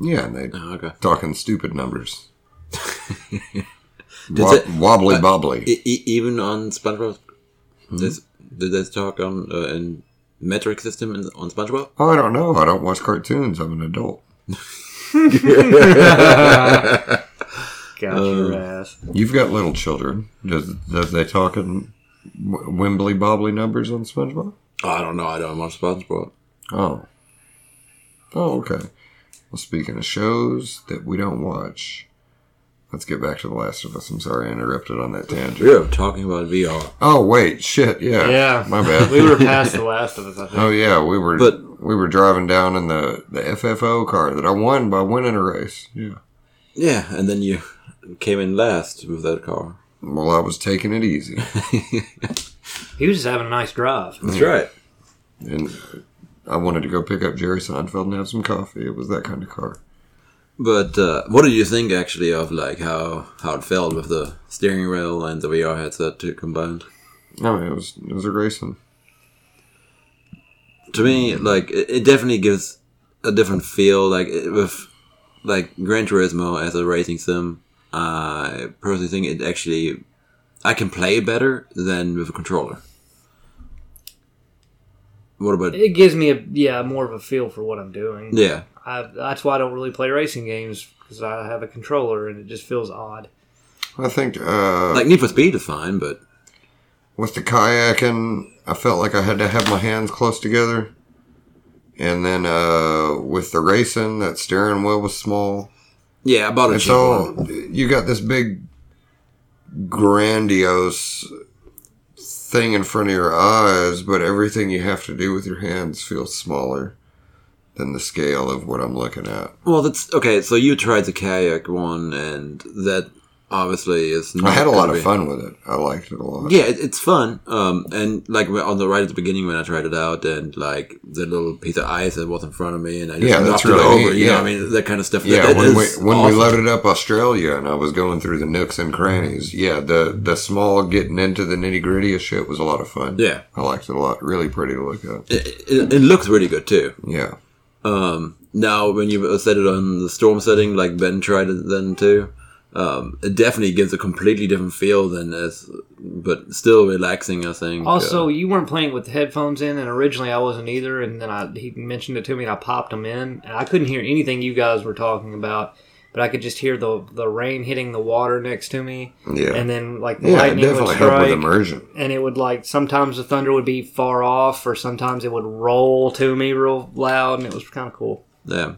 Yeah, and they Oh, okay. talking stupid numbers. Does Wo- it- wobbly uh, bobbly. E- e- even on SpongeBob, does, did they talk on uh, in metric system in, on SpongeBob? oh, I don't know. I don't watch cartoons. I'm an adult. Oh, Got your Uh, ass. You've got little children. Does does they talk in w- wimbly bobbly numbers on SpongeBob? Oh, I don't know. I don't watch SpongeBob. Oh. Oh, okay. Well, speaking of shows that we don't watch, let's get back to The Last of Us. I'm sorry I interrupted on that tangent. We're talking about VR. Oh, wait. Shit. Yeah. Yeah. My bad. We were past the last of us. I think. oh, yeah. We were But- we were driving down in the, the FFO car that I won by winning a race. Yeah. Yeah, and then you came in last with that car. Well, I was taking it easy. He was just having a nice drive. That's right. and I wanted to go pick up Jerry Seinfeld and have some coffee. It was that kind of car. But uh, what did you think actually of like how how it felt with the steering wheel and the VR headset to combined? I mean, it was, it was a racing. to me, like it, it definitely gives a different feel. Like it, with like Gran Turismo as a racing sim, I personally think it actually I can play it better than with a controller. What about It gives me a yeah more of a feel for what I'm doing. yeah? I, that's why I don't really play racing games because I have a controller and it just feels odd. I think. Uh, Like Need for Speed is fine, but with the kayaking, I felt like I had to have my hands close together. And then uh, with the racing, that steering wheel was small. yeah, I bought a It's cheap Oh, one. all you got this big, grandiose thing in front of your eyes, but everything you have to do with your hands feels smaller than the scale of what I'm looking at. Well, that's okay. So you tried the kayak one, and that obviously is. Not I had a lot gonna of be- fun with it. I liked it a lot. Yeah, it, it's fun. Um, and like we're on the right at the beginning when I tried it out, and like the little piece of ice that was in front of me, and I just Yeah, that's knocked it really over. neat, You know, yeah. what I mean that kind of stuff. Yeah, that, that when we is when we awesome. loaded up Australia and I was going through the nooks and crannies, yeah, the the small getting into the nitty gritty of shit was a lot of fun. Yeah. I liked it a lot. Really pretty to look at. it, it, it looks really good too. Yeah, Um, now when you set it on the storm setting, like Ben tried it then too. Um, it definitely gives a completely different feel than as, but still relaxing. I think. Also, Uh, you weren't playing with the headphones in, and originally I wasn't either. And then I, he mentioned it to me, and I popped them in, and I couldn't hear anything you guys were talking about, but I could just hear the the rain hitting the water next to me, yeah, and then like the yeah. It lightning would definitely helped with strike, immersion. and it would like sometimes the thunder would be far off, or sometimes it would roll to me real loud, and it was kind of cool. Yeah.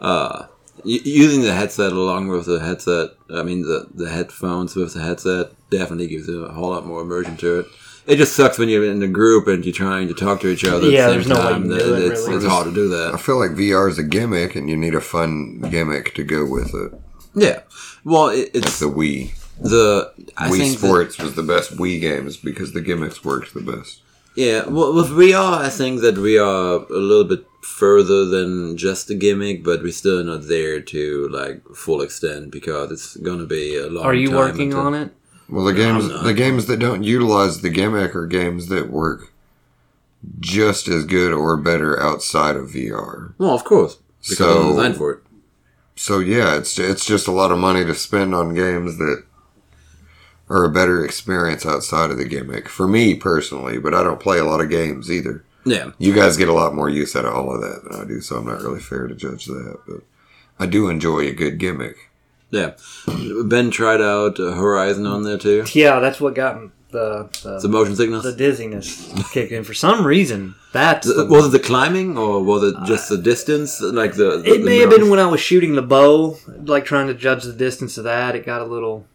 Uh, u- using the headset along with the headset, I mean the the headphones with the headset definitely gives it a whole lot more immersion to it. It just sucks when you're in the group and you're trying to talk to each other Yeah, at the there's same no way you time. can That- do it, it's really. it's hard to do that. I feel like VR is a gimmick, and you need a fun gimmick to go with it. Yeah. Well, it, Like it's the Wii. the I Wii think that- Sports was the best Wii games because the gimmicks worked the best. yeah. Well, with VR, I think that we are a little bit further than just a gimmick, but we're still not there to like full extent because it's gonna be a long. Are you time working until- on it? Well, the I'm games not. the games that don't utilize the gimmick are games that work just as good or better outside of VR. Well, of course, because So- it's designed for it. So yeah, it's it's just a lot of money to spend on games that are a better experience outside of the gimmick for me personally. But I don't play a lot of games either. Yeah. You guys get a lot more use out of all of that than I do, so I'm not really fair to judge that. But I do enjoy a good gimmick. Yeah. Ben tried out uh, Horizon on there too. Yeah, that's what got me- the the, The motion sickness. the dizziness kicked in. For some reason, that's Th- the- was it the climbing or was it just the distance? Like the, the- It the may have mountain- been when I was shooting the bow, like trying to judge the distance of that. It got a little,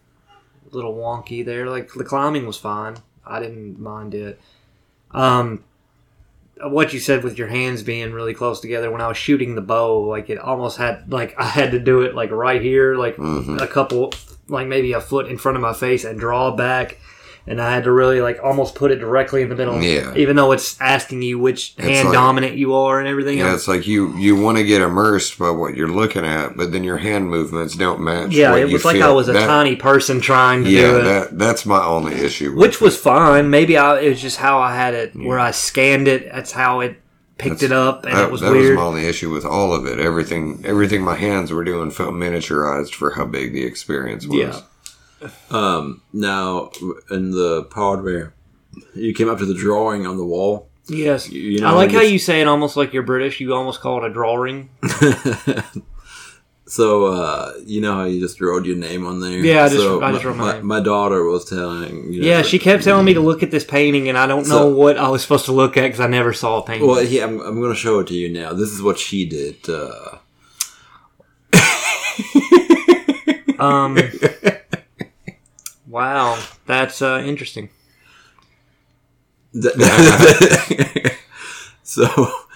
little wonky there. Like the climbing was fine. I didn't mind it. Um, what you said with your hands being really close together when I was shooting the bow, like it almost had, like I had to do it like right here, like Mhm. a couple, like maybe a foot in front of my face and draw back. And I had to really like almost put it directly in the middle, Yeah. even though it's asking you which hand like- dominant you are and everything. Yeah, else. it's like you you want to get immersed by what you're looking at, but then your hand movements don't match. Yeah, what it you was like feel. I was a That- tiny person trying to Yeah, do it, that that's my only issue. with which was fine. Maybe I it was just how I had it, where I scanned it. That's how it picked it up, and that, it was that weird. was my only issue with all of it. Everything, everything my hands were doing felt miniaturized for how big the experience was. Yeah. Um, now in the part where you came up to the drawing on the wall. yes, You, you know, I like and how it's- you say it almost like you're British. You almost call it a drawing. so uh, you know how you just wrote your name on there. Yeah, I just- so I just wrote my name. my daughter was telling. You know, Yeah, she kept telling me to look at this painting, and I don't know So- what I was supposed to look at because I never saw a painting. Well, yeah, I'm, I'm gonna show it to you now. This is what she did. Uh, um, wow, that's uh, interesting. th- so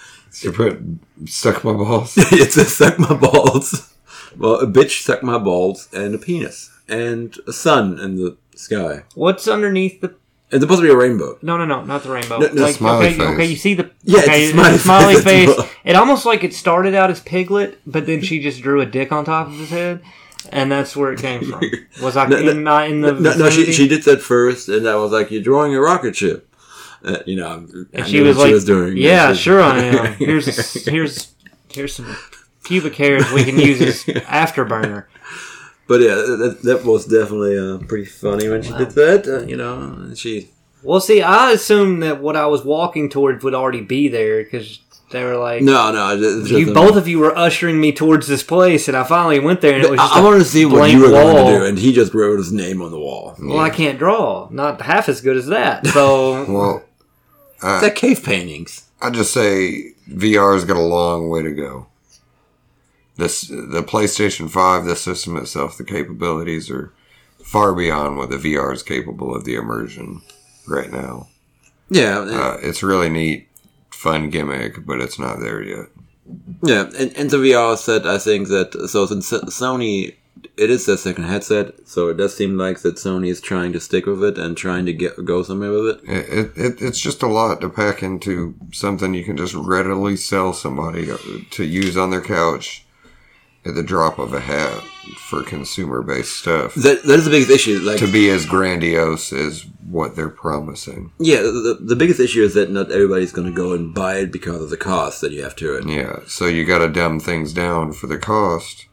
She put stuck my balls. it says suck my balls. Well, a bitch suck my balls and a penis and a sun in the sky. What's underneath the? It's supposed to be a rainbow. No, no, no, not the rainbow. No, no, like, smiley okay, face. okay, you see the Yeah, it's okay, a smiley the smiley face. face. It almost like it started out as Piglet, but then she just drew a dick on top of his head, and that's where it came from. Was I No, no, in, not in the No, no, she, vicinity? she did that first, and I was like, "You're drawing a rocket ship." Uh, you know, I'm- I and she knew was what like, she was doing. "Yeah, She- sure I am. Here's a s here's here's some pubic hairs we can use as afterburner." But yeah, that, that was definitely uh, pretty funny when she did that. Uh, you know, and she Well, see, I assumed that what I was walking towards would already be there because they were like. no, no, it's just- You both of you were ushering me towards this place, and I finally went there, and it was just I, I a wanted to see what blank you were going wall. to do, and he just wrote his name on the wall. Well, I can't draw. Not half as good as that. So, Well, It's like cave paintings. I just say VR's got a long way to go. This the PlayStation Five, the system itself, the capabilities are far beyond what the VR is capable of the immersion right now. Yeah, and- Uh, it's really neat, fun gimmick, but it's not there yet. yeah, and, and the VR set, I think that so since S- Sony. It is their second headset, so it does seem like that Sony is trying to stick with it and trying to get go somewhere with it. It, it, it's just a lot to pack into something you can just readily sell somebody uh, to use on their couch at the drop of a hat for consumer based stuff. That that is the biggest issue. Like To be as grandiose as what they're promising. Yeah, the, the biggest issue is that not everybody's going to go and buy it because of the cost that you have to it. Yeah, so you got to dumb things down for the cost.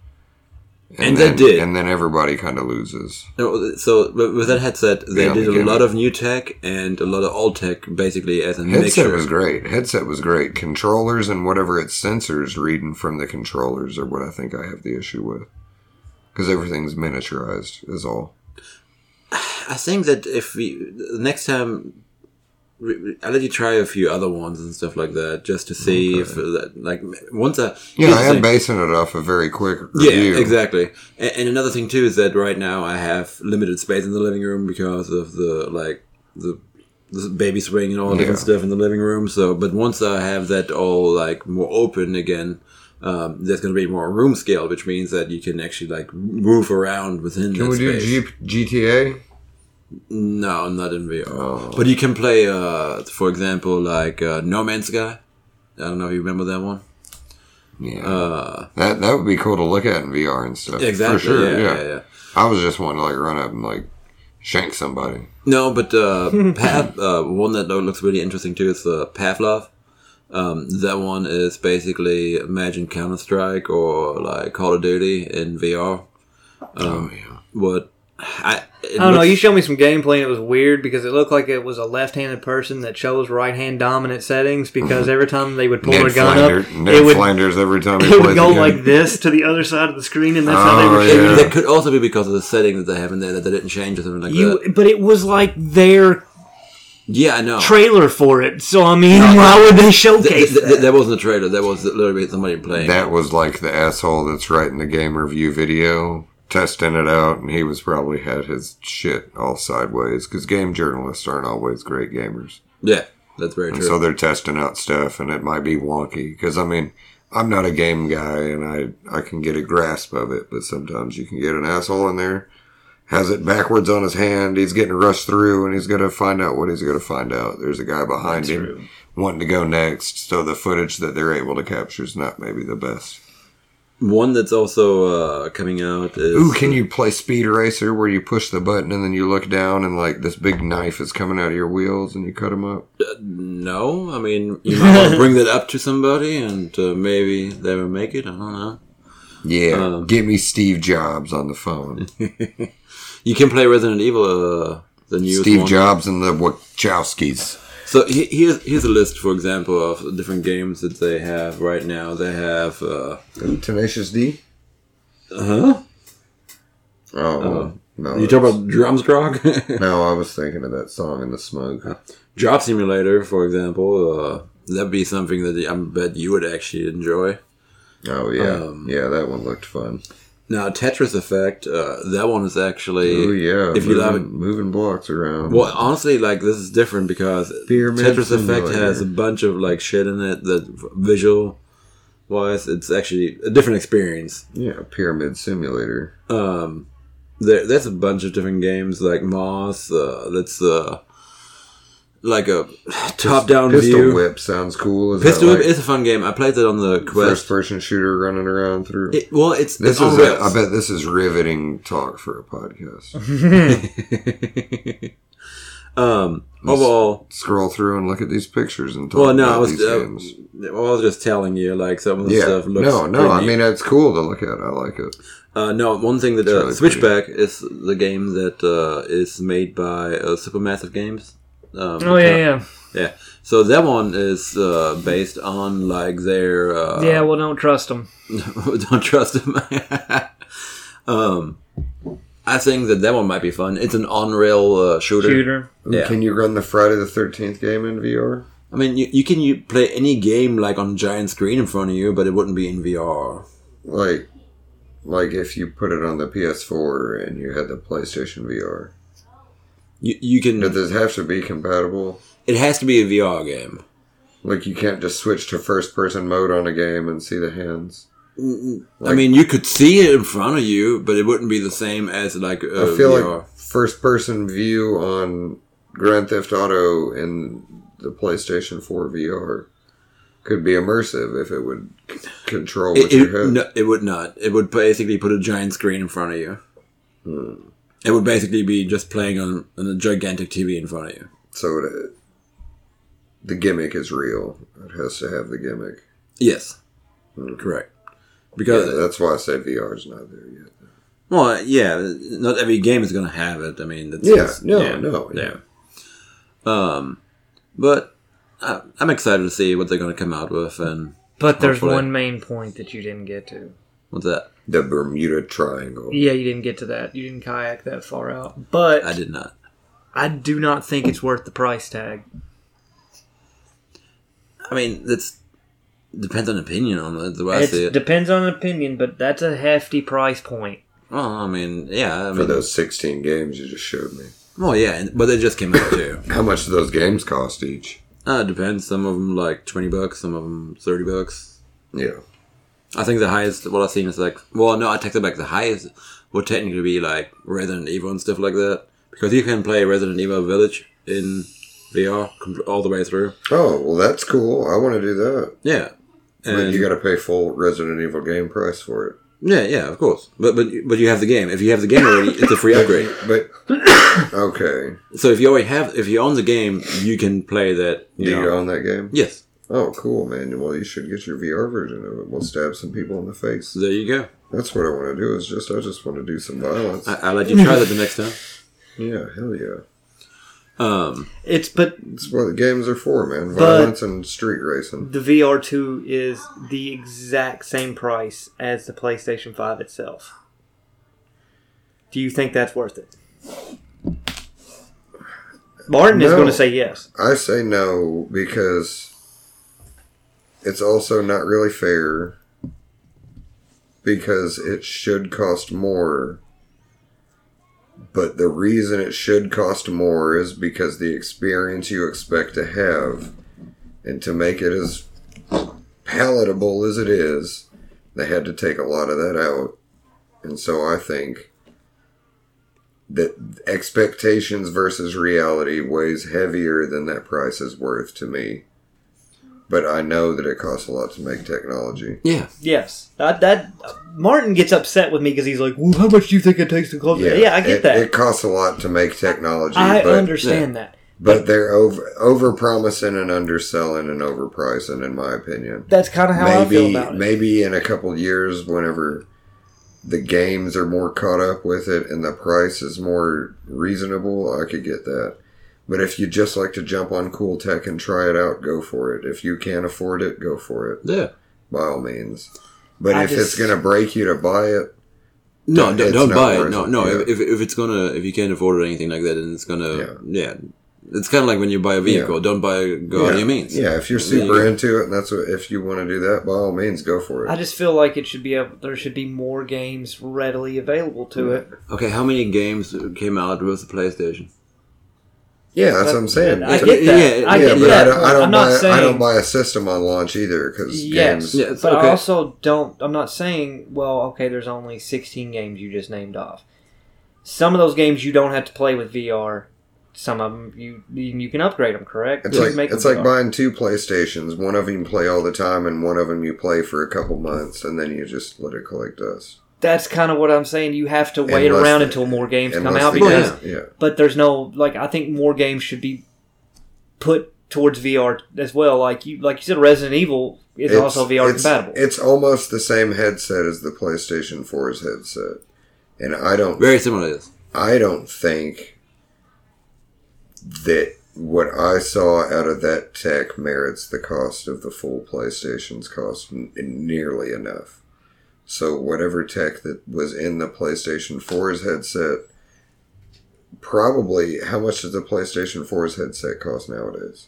And they then, did. And then everybody kind of loses. No, So with with that headset, they Yeah, did okay. a lot of new tech and a lot of old tech, basically as a Headset mixture. was great. Headset was great. Controllers and whatever its sensors reading from the controllers are what I think I have the issue with. Because everything's miniaturized, is all. I think that if we the next time, we- we- I'll let you try a few other ones and stuff like that, just to see if uh, that, like once I Yeah, here's I the am thing. basing it off a very quick Yeah, review. exactly. And, and another thing too is that right now I have limited space in the living room because of the like the this baby swing and all different Yeah. stuff in the living room. So, but once I have that all like more open again, um, there's going to be more room scale, which means that you can actually like move around within. Can that we do space. G- GTA? No, not in VR. Oh. But you can play, uh, for example, like uh, No Man's Sky. I don't know if you remember that one. Yeah. Uh, that that would be cool to look at in VR and stuff. exactly. For sure. yeah, Yeah. yeah, yeah. I was just wanting to like run up and like shank somebody. No, but uh, Pav, uh, one that looks really interesting too is uh, Pavlov. Um, that one is basically imagine Counter Strike or like Call of Duty in VR. oh yeah. What I, it I don't know. looks- You showed me some gameplay and it was weird because it looked like it was a left-handed person that chose right-hand dominant settings because every time they would pull Ned, their gun Flander, up, Ned it would Flanders every time he it plays would go the game. like this to the other side of the screen, and that's how they Oh, were. it- yeah. that could also be because of the setting that they have in there that they didn't change or something like You, that. but it was like their Yeah, I know. trailer for it. So I mean, why would they Th- th- showcase th- that? that wasn't a trailer. That was literally somebody playing. That was like the asshole that's writing the game review video, testing it out, and he was probably had his shit all sideways because game journalists aren't always great gamers, yeah, that's very and true. so they're testing out stuff, and it might be wonky. Because I mean, I'm not a game guy, and I I can get a grasp of it, but sometimes you can get an asshole in there. Has it backwards on his hand. He's getting rushed through, and he's going to find out what he's going to find out. There's a guy behind him wanting to go next, so the footage that they're able to capture is not maybe the best. One that's also uh, coming out is Ooh, can you play Speed Racer where you push the button and then you look down and like this big knife is coming out of your wheels and you cut them up? no. I mean, you might want to bring that up to somebody, and uh, maybe they will make it. I don't know. Yeah, Um, get me Steve Jobs on the phone. You can play Resident Evil, uh, the new Steve one. Jobs and the Wachowskis. So he- here's here's a list, for example, of different games that they have right now. They have uh Tenacious D. huh? Oh, no, You talk about Drums Rock, No, I was thinking of that song in the smoke. Uh, Job Simulator, for example. Uh, that'd be something that I bet you would actually enjoy. Oh yeah, Um, yeah, that one looked fun. Now Tetris Effect, uh, that one is actually Oh yeah, if moving, you love it. moving blocks around. Well, honestly, like this is different because Pyramid Tetris Simulator. Effect has a bunch of like shit in it that visual wise, it's actually a different experience. Yeah, Pyramid Simulator. Um, there, there's a bunch of different games like Moss. Uh, that's uh, like a top-down Pistol view. Whip sounds cool. Is Pistol that Whip like is a fun game. I played that on the Quest. first-person shooter running around through? It, well, it's it's This on is, a, I rails. bet this is riveting talk for a podcast. um, overall. Scroll through and look at these pictures and talk Well, no, about I was, these uh, games. I was just telling you, like some of the Yeah, stuff looks. no, no. I pretty- mean, it's cool to look at. I like it. Uh, no, one thing that It's uh, really Switchback is the game that uh, is made by uh, Supermassive Games. Um, Oh Uh, yeah, yeah, yeah. So that one is uh, based on like their uh, yeah. Well, don't trust them. don't trust them. um, I think that that one might be fun. It's an on rail uh, shooter. Shooter. Yeah. Can you run the Friday the Thirteenth game in VR? I mean, you, you can you play any game like on giant screen in front of you, but it wouldn't be in VR. Like, like if you put it on the PS4 and you had the PlayStation VR, You, you does can. this have to be compatible? It has to be a VR game. Like, you can't just switch to first-person mode on a game and see the hands. I Like- mean, you could see it in front of you, but it wouldldn't be the same as like uh, I feel VR. like first person view on Grand Theft Auto in the PlayStation 4 VR could be immersive if it would c- control with it, it- your head. no, it would not. It would basically put a giant screen in front of you. Hmm. It would basically be just playing on, on a gigantic TV in front of you. So it, the gimmick is real. It has to have the gimmick. Yes, correct. Hmm. Yeah, Because that's why I say VR is not there yet. well, yeah, not every game is going to have it. I mean, that's, Yeah, that's- no, no, yeah. Um, but I, I'm excited to see what they're going to come out with, and But there's Hopefully. one main point that you didn't get to. what's that? The Bermuda Triangle. Yeah, you didn't get to that. You didn't kayak that far out. But I did not. I do not think it's worth the price tag. I mean, that's depends on opinion on it. The way I see It it. depends on opinion, but that's a hefty price point. Well, I mean, yeah, I For mean, those 16 games you just showed me. Oh yeah, and- but they just came out too. How much do those games cost each? Uh, it depends. Some of them like twenty bucks. Some of them thirty bucks. Yeah. I think the highest what I've seen is like well no I take that back. The highest would technically be like Resident Evil and stuff like that because you can play Resident Evil Village in VR com- all the way through. Oh, well, that's cool. I want to do that. Yeah. but And- you got to pay full Resident Evil game price for it. yeah, yeah, of course. But but but you have the game. If you have the game already, it's a free upgrade. But, okay. So if you already have, if you own the game, you can play that. You Do know. you own that game? Yes. Oh, cool, man. Well, you should get your VR version of it. We'll stab some people in the face. There you go. That's what I want to do. Is just I just want to do some violence. I, I'll let you try that the next time. yeah, hell yeah. Um, It's but That's what the games are for, man. But- Violence and street racing. the VR two is the exact same price as the PlayStation Five itself. Do you think that's worth it? Martin is No. going to say yes. I say no because it's also not really fair because it should cost more. But the reason it should cost more is because the experience you expect to have and to make it as palatable as it is, they had to take a lot of that out. And so I think that expectations versus reality weighs heavier than that price is worth to me. But I know that it costs a lot to make technology. yeah. Yes, that, that Martin gets upset with me because he's like, "Well, how much do you think it takes to close?" Yeah, yeah, I get it, that. It costs a lot to make technology, I but, understand that. but they're over over promising and underselling and overpricing, in my opinion. That's kind of how I feel maybe about it. maybe in a couple years whenever the games are more caught up with it and the price is more reasonable i could get that but if you just like to jump on cool tech and try it out go for it if you can't afford it go for it Yeah. by all means but I if just- it's going to break you to buy it No, It's don't, don't not buy worth it. No, it, no. yeah. If, if if it's gonna, if you can't afford it or anything like that, then it's gonna, yeah. Yeah. It's kind of like when you buy a vehicle. Don't buy a go out of yeah, your means. yeah if you're super into it and that's what if you want to do that by all means go for it I just feel like it should be a, there should be more games readily available to it. Okay. How many games came out with the PlayStation? yeah that's what i'm saying I It's a- get that. yeah, I yeah, get but that. I don't, I don't am buy. not saying I don't buy a system on launch either because yes, games. Yeah, it's but okay. I also don't. I'm not saying well, okay. There's only 16 games you just named off. Some of those games you don't have to play with VR. Some of them you you can upgrade them, correct? It's You can like make it's them like VR. buying two PlayStations. One of them you play all the time, and one of them you play for a couple months, and then you just let it collect dust. that's kind of what I'm saying. You have to wait Unless around the- until more games come Unless out the- because yeah, but there's no like I think more games should be put towards VR as well. Like you like you said, Resident Evil is also VR it's- compatible. It's almost the same headset as the PlayStation 4's headset, and I don't Very similar to this. I don't think that what I saw out of that tech merits the cost of the full PlayStation's cost n- nearly enough. So whatever tech that was in the PlayStation 4's headset, probably how much does the PlayStation 4's headset cost nowadays?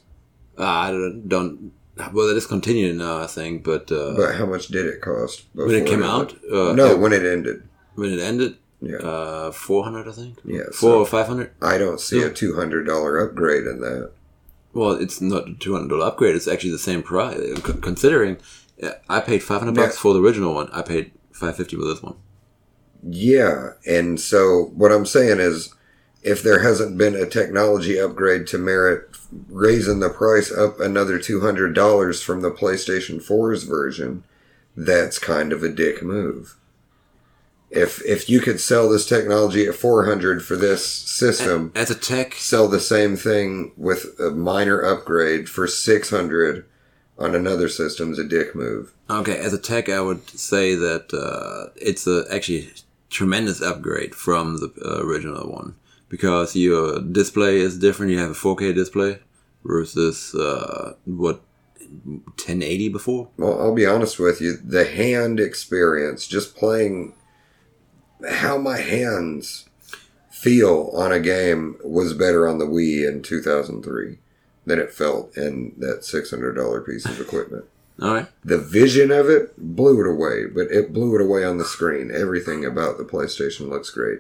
Uh, I don't, don't. Well, that is continuing now, I think. But, uh, But how much did it cost when it came ended? out, uh, no, when it ended. when it ended, Yeah, uh, four hundred, I think. Yeah, Four so- or five hundred. I don't see no. a two hundred dollar upgrade in that. Well, it's not a two hundred dollar upgrade. It's actually the same price. C- Considering, uh, I paid five hundred bucks Yeah. for the original one. I paid five fifty for this one. Yeah, and so what I'm saying is, if there hasn't been a technology upgrade to merit raising the price up another two hundred dollars from the PlayStation 4's version, that's kind of a dick move. If if you could sell this technology at four hundred for this system, As a tech, sell the same thing with a minor upgrade for six hundred on another system's a dick move. okay, as a tech, I would say that uh, it's a actually tremendous upgrade from the uh, original one because your display is different. You have a four K display versus uh, what ten eighty before. Well, I'll be honest with you. The hand experience, just playing how my hands feel on a game was better on the Wii in 2003 than it felt in that $600 piece of equipment. All right. The vision of it blew it away, but it blew it away on the screen. Everything about the PlayStation looks great.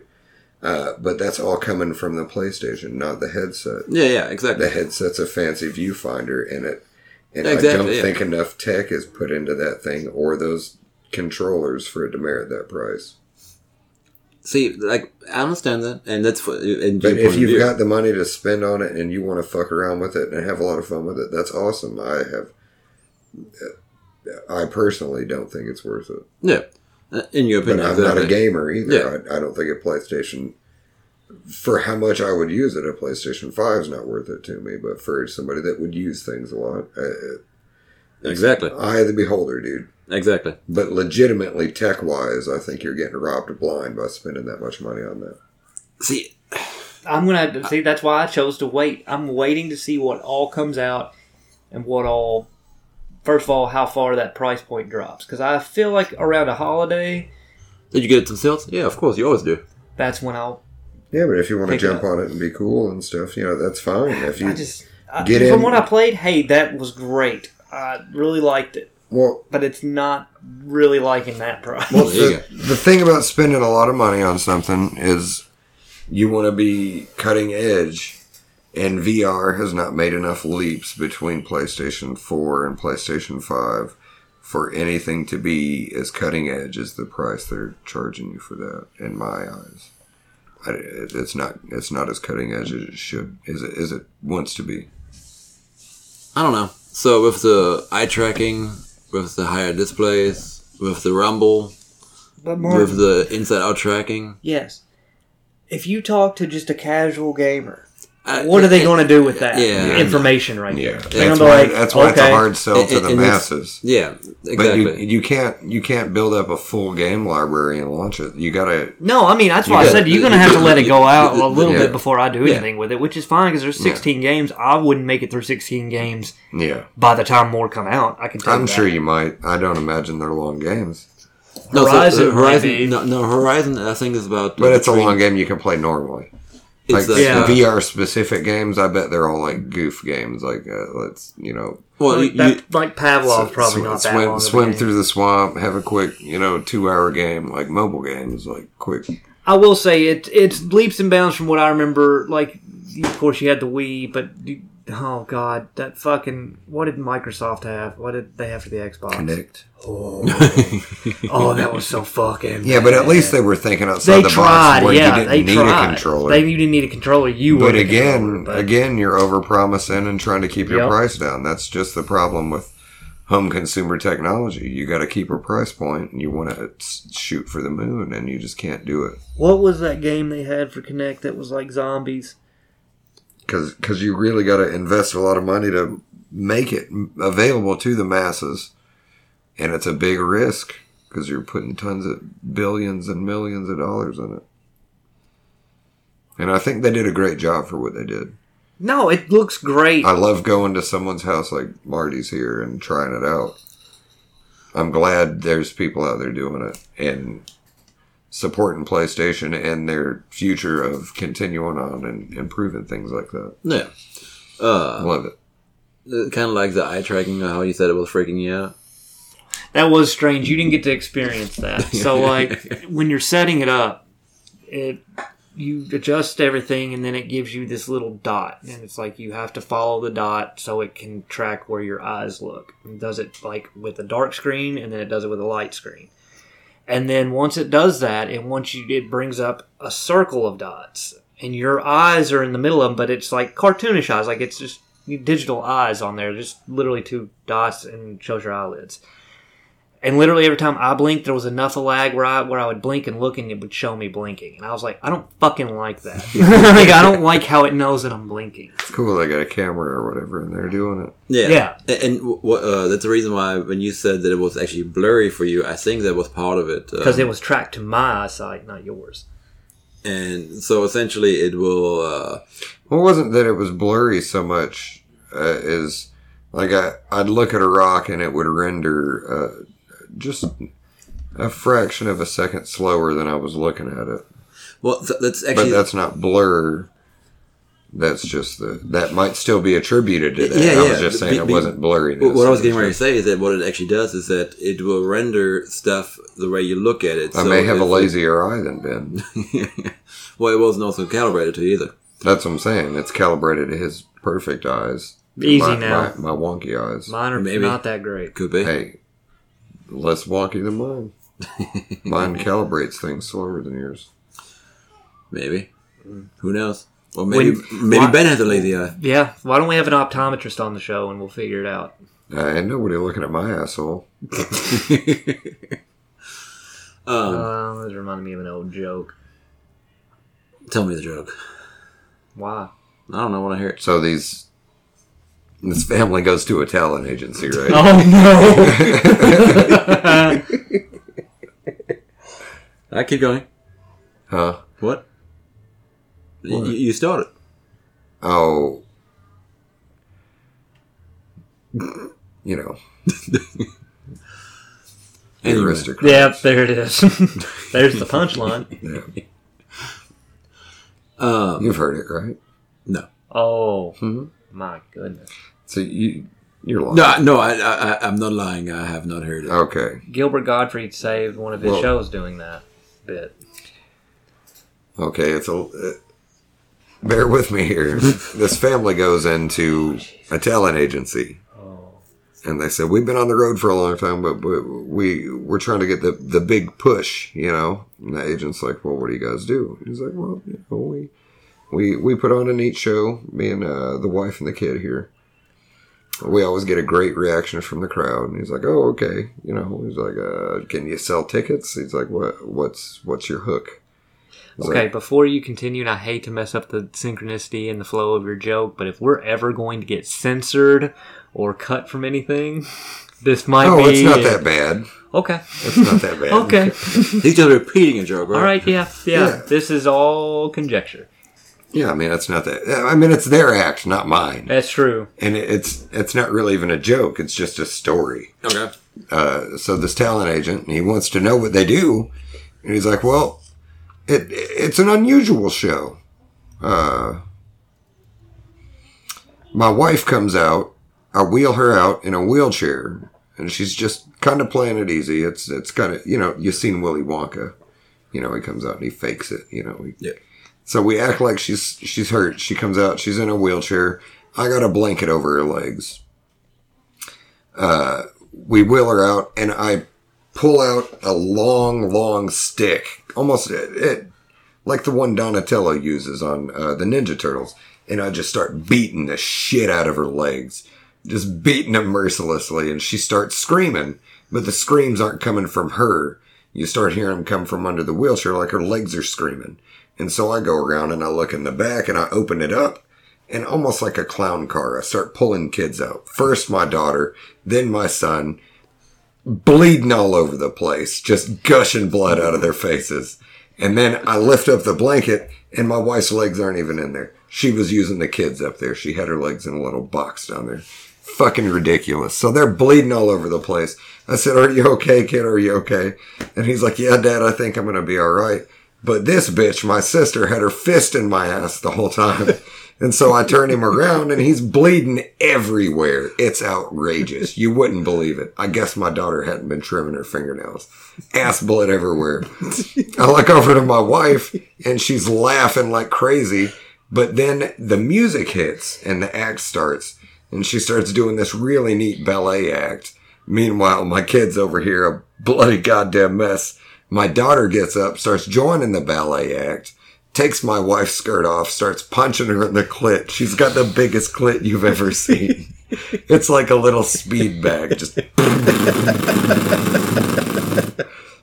Uh, but that's all coming from the PlayStation, not the headset. Yeah, yeah, The exactly. headset's a fancy viewfinder in it, and I Exactly, don't yeah. think enough tech is put into that thing or those controllers for it to merit that price. See, like I understand that, and that's for, and But if you've view. got the money to spend on it and you want to fuck around with it and have a lot of fun with it, that's awesome. I have. I personally don't think it's worth it. yeah, Uh, in your But opinion, I'm exactly. not a gamer either. Yeah. I, I don't think a PlayStation, for how much I would use it, a PlayStation 5 is not worth it to me. But for somebody that would use things a lot, uh, Exactly, eye of the beholder, dude. exactly. But legitimately, tech wise, I think you're getting robbed blind by spending that much money on that. See, I'm gonna have to, see. That's why I chose to wait. I'm waiting to see what all comes out and what all. First of all, how far that price point drops because I feel like around a holiday, did you get it themselves? Yeah, of course, you always do. that's when I'll. Yeah, but if you want to Pick it jump up. on it and be cool and stuff, you know, that's fine. If you I just I, get from in- what I played. Hey, that was great. I really liked it, well, but it's not really liking that price. well, There you the, the thing about spending a lot of money on something is you want to be cutting edge, and VR has not made enough leaps between PlayStation 4 and PlayStation 5 for anything to be as cutting edge as the price they're charging you for that. In my eyes, I, it- it's not it's not as cutting edge as it should as it, as it wants to be. I don't know. So with the eye tracking, with the higher displays, with the rumble, But more with the inside out tracking, yes, if you talk to just a casual gamer, I- what are they going to do with that Yeah. information right Yeah, there? that's, They're gonna be why, like, that's why it's a okay. hard sell to And- the and it's- masses. Yeah, But exactly. you, you can't you can't build up a full game library and launch it. You gotta No, I mean that's why Yeah. I said you're going to have to let it go out a little Yeah. bit before I do Yeah. anything with it, which is fine because there's 16 games. I wouldn't make it through 16 games yeah. by the time more come out. I can tell I'm you sure that. you might. I don't imagine they're long games, no, so, uh, Horizon might be. Horizon. No, no, Horizon. I think is about. but it's a between- long game you can play normally. Like It's the, like, Yeah. uh, VR specific games, I bet they're all like goof games. Like uh, let's you know well, Like, you, that, you- like Pavlov's sw- probably sw- not that swim long. of a swim game. through the swamp, have a quick you know two hour game like mobile games like quick. I will say it it's leaps and bounds from what I remember. Like, of course, you had the Wii, but you, oh god, that fucking what did Microsoft have? What did they have for the Xbox? Connect. Oh, Oh, that was so fucking. Yeah, but at bad. least they were thinking outside they the tried. box where yeah, you didn't they need tried. a controller. They you didn't need a controller. You were But the again, controller, but- again, you're over promising and trying to keep your Yep. price down. That's just the problem with home consumer technology. You got to keep a price point, and you want to shoot for the moon, and you just can't do it What was that game they had for Connect that was like zombies? because you really got to invest a lot of money to make it m- available to the masses, and it's a big risk because you're putting tons of billions and millions of dollars in it. And I think they did a great job for what they did. No, it looks great. I love going to someone's house like Marty's here and trying it out. I'm glad there's people out there doing it and supporting PlayStation and their future of continuing on and improving things like that. yeah, I uh, love it. kind of like the eye tracking. uh, How you said it was freaking you out. that was strange. You didn't get to experience that. So like when you're setting it up, it you adjust everything and then it gives you this little dot and it's like you have to follow the dot so it can track where your eyes look. It does it like with a dark screen and then it does it with a light screen. And then once it does that, it once you it brings up a circle of dots and your eyes are in the middle of them, but it's like cartoonish eyes, like it's just digital eyes on there, just literally two dots and shows your eyelids. And literally every time I blinked, there was enough of lag where I, where I would blink and look and it would show me blinking. And I was like, I don't fucking like that. like, I don't like how it knows that I'm blinking. It's cool they got a camera or whatever and they're doing it. Yeah, Yeah. and, and w- w- uh, that's the reason why when you said that it was actually blurry for you, I think that was part of it. Because um, it was tracked to my eyesight, not yours. and so essentially it will. Uh, Well, it wasn't that it was blurry so much uh, as like I, I'd look at a rock and it would render uh, just a fraction of a second slower than I was looking at it. well, so that's But actually that's not blur. That's just the that might still be attributed to that. Yeah, I yeah. was just saying Be- it be- wasn't blurry. What what I was getting ready to say is that what it actually does is that it will render stuff the way you look at it. I So may have a if- lazier eye than Ben. well, it wasn't also calibrated to either. That's what I'm saying. It's calibrated to his perfect eyes. Easy my, now. My, my wonky eyes. Mine are Maybe. not that great. Could be. hey, less wonky than mine. mine calibrates things slower than yours. Maybe. Who knows? Well, maybe maybe Mm. why- Ben has a lazy eye. Yeah, why don't we have an optometrist on the show and we'll figure it out? Uh, and nobody looking at my asshole. Um, Um, this reminded me of an old joke. tell me the joke. Why? I don't know. I want to hear it. So these, this family goes to a talent agency, right? Oh no! I keep going. Huh? What? Y- What? y- you started. Oh. You know, the Anyway. aristocrat. yeah, there it is. There's the punchline. Yeah. Um, You've heard it, right? Oh Mm-hmm. my goodness! So you, you're lying. no, no, I, I, I- I'm not lying. I have not heard it. Okay. Gilbert Gottfried saved one of his Whoa. shows doing that bit. Okay, it's a. Uh, bear with me here. this family goes into a talent agency, Oh, and they said, "We've been on the road for a long time, but we, we we're trying to get the the big push." You know, and the agent's like, "Well, what do you guys do?" He's like, "Well, you know, we we we put on a neat show. Me and uh, the wife and the kid here. We always get a great reaction from the crowd." And he's like, "Oh, okay." You know, he's like, uh, "Can you sell tickets?" He's like, "What what's what's your hook?" He's like, Okay, before you continue, and I hate to mess up the synchronicity and the flow of your joke, but if we're ever going to get censored or cut from anything, this might Oh, be. it's not that bad. Okay. It's not that bad. Okay. He's just repeating a joke, right? all right. Yeah, yeah. Yeah. This is all conjecture. Yeah, I mean, it's not that. I mean, it's their act, not mine. That's true. And it- it's it's not really even a joke. It's just a story. Okay. Uh, so this talent agent, he wants to know what they do, and he's like, "Well, it it's an unusual show. Uh, my wife comes out. I wheel her out in a wheelchair, and she's just kind of playing it easy. It's it's kind of you know you've seen Willy Wonka. You know he comes out and he fakes it. You know he Yeah. so we act like she's she's hurt. She comes out. She's in a wheelchair. I got a blanket over her legs. Uh, we wheel her out, and I pull out a long, long stick, almost it, it like the one Donatello uses on uh, the Ninja Turtles, and I just start beating the shit out of her legs, just beating them mercilessly, and she starts screaming, but the screams aren't coming from her. You start hearing them come from under the wheelchair, like her legs are screaming. And so I go around and I look in the back and I open it up, and almost like a clown car, I start pulling kids out. First my daughter, then my son, bleeding all over the place, just gushing blood out of their faces. And then I lift up the blanket, and my wife's legs aren't even in there. She was using the kids up there. She had her legs in a little box down there. Fucking ridiculous. So they're bleeding all over the place. I said, Are you okay, kid? Are you okay? And he's like, Yeah, dad, I think I'm going to be all right. But this bitch, my sister, had her fist in my ass the whole time. And so I turn him around and he's bleeding everywhere. It's outrageous. You wouldn't believe it. I guess my daughter hadn't been trimming her fingernails. Ass blood everywhere. I look over to my wife and she's laughing like crazy. But then the music hits and the act starts and she starts doing this really neat ballet act. Meanwhile, my kid's over here a bloody goddamn mess. My daughter gets up, starts joining the ballet act, takes my wife's skirt off, starts punching her in the clit. She's got the biggest clit you've ever seen. It's like a little speed bag, just.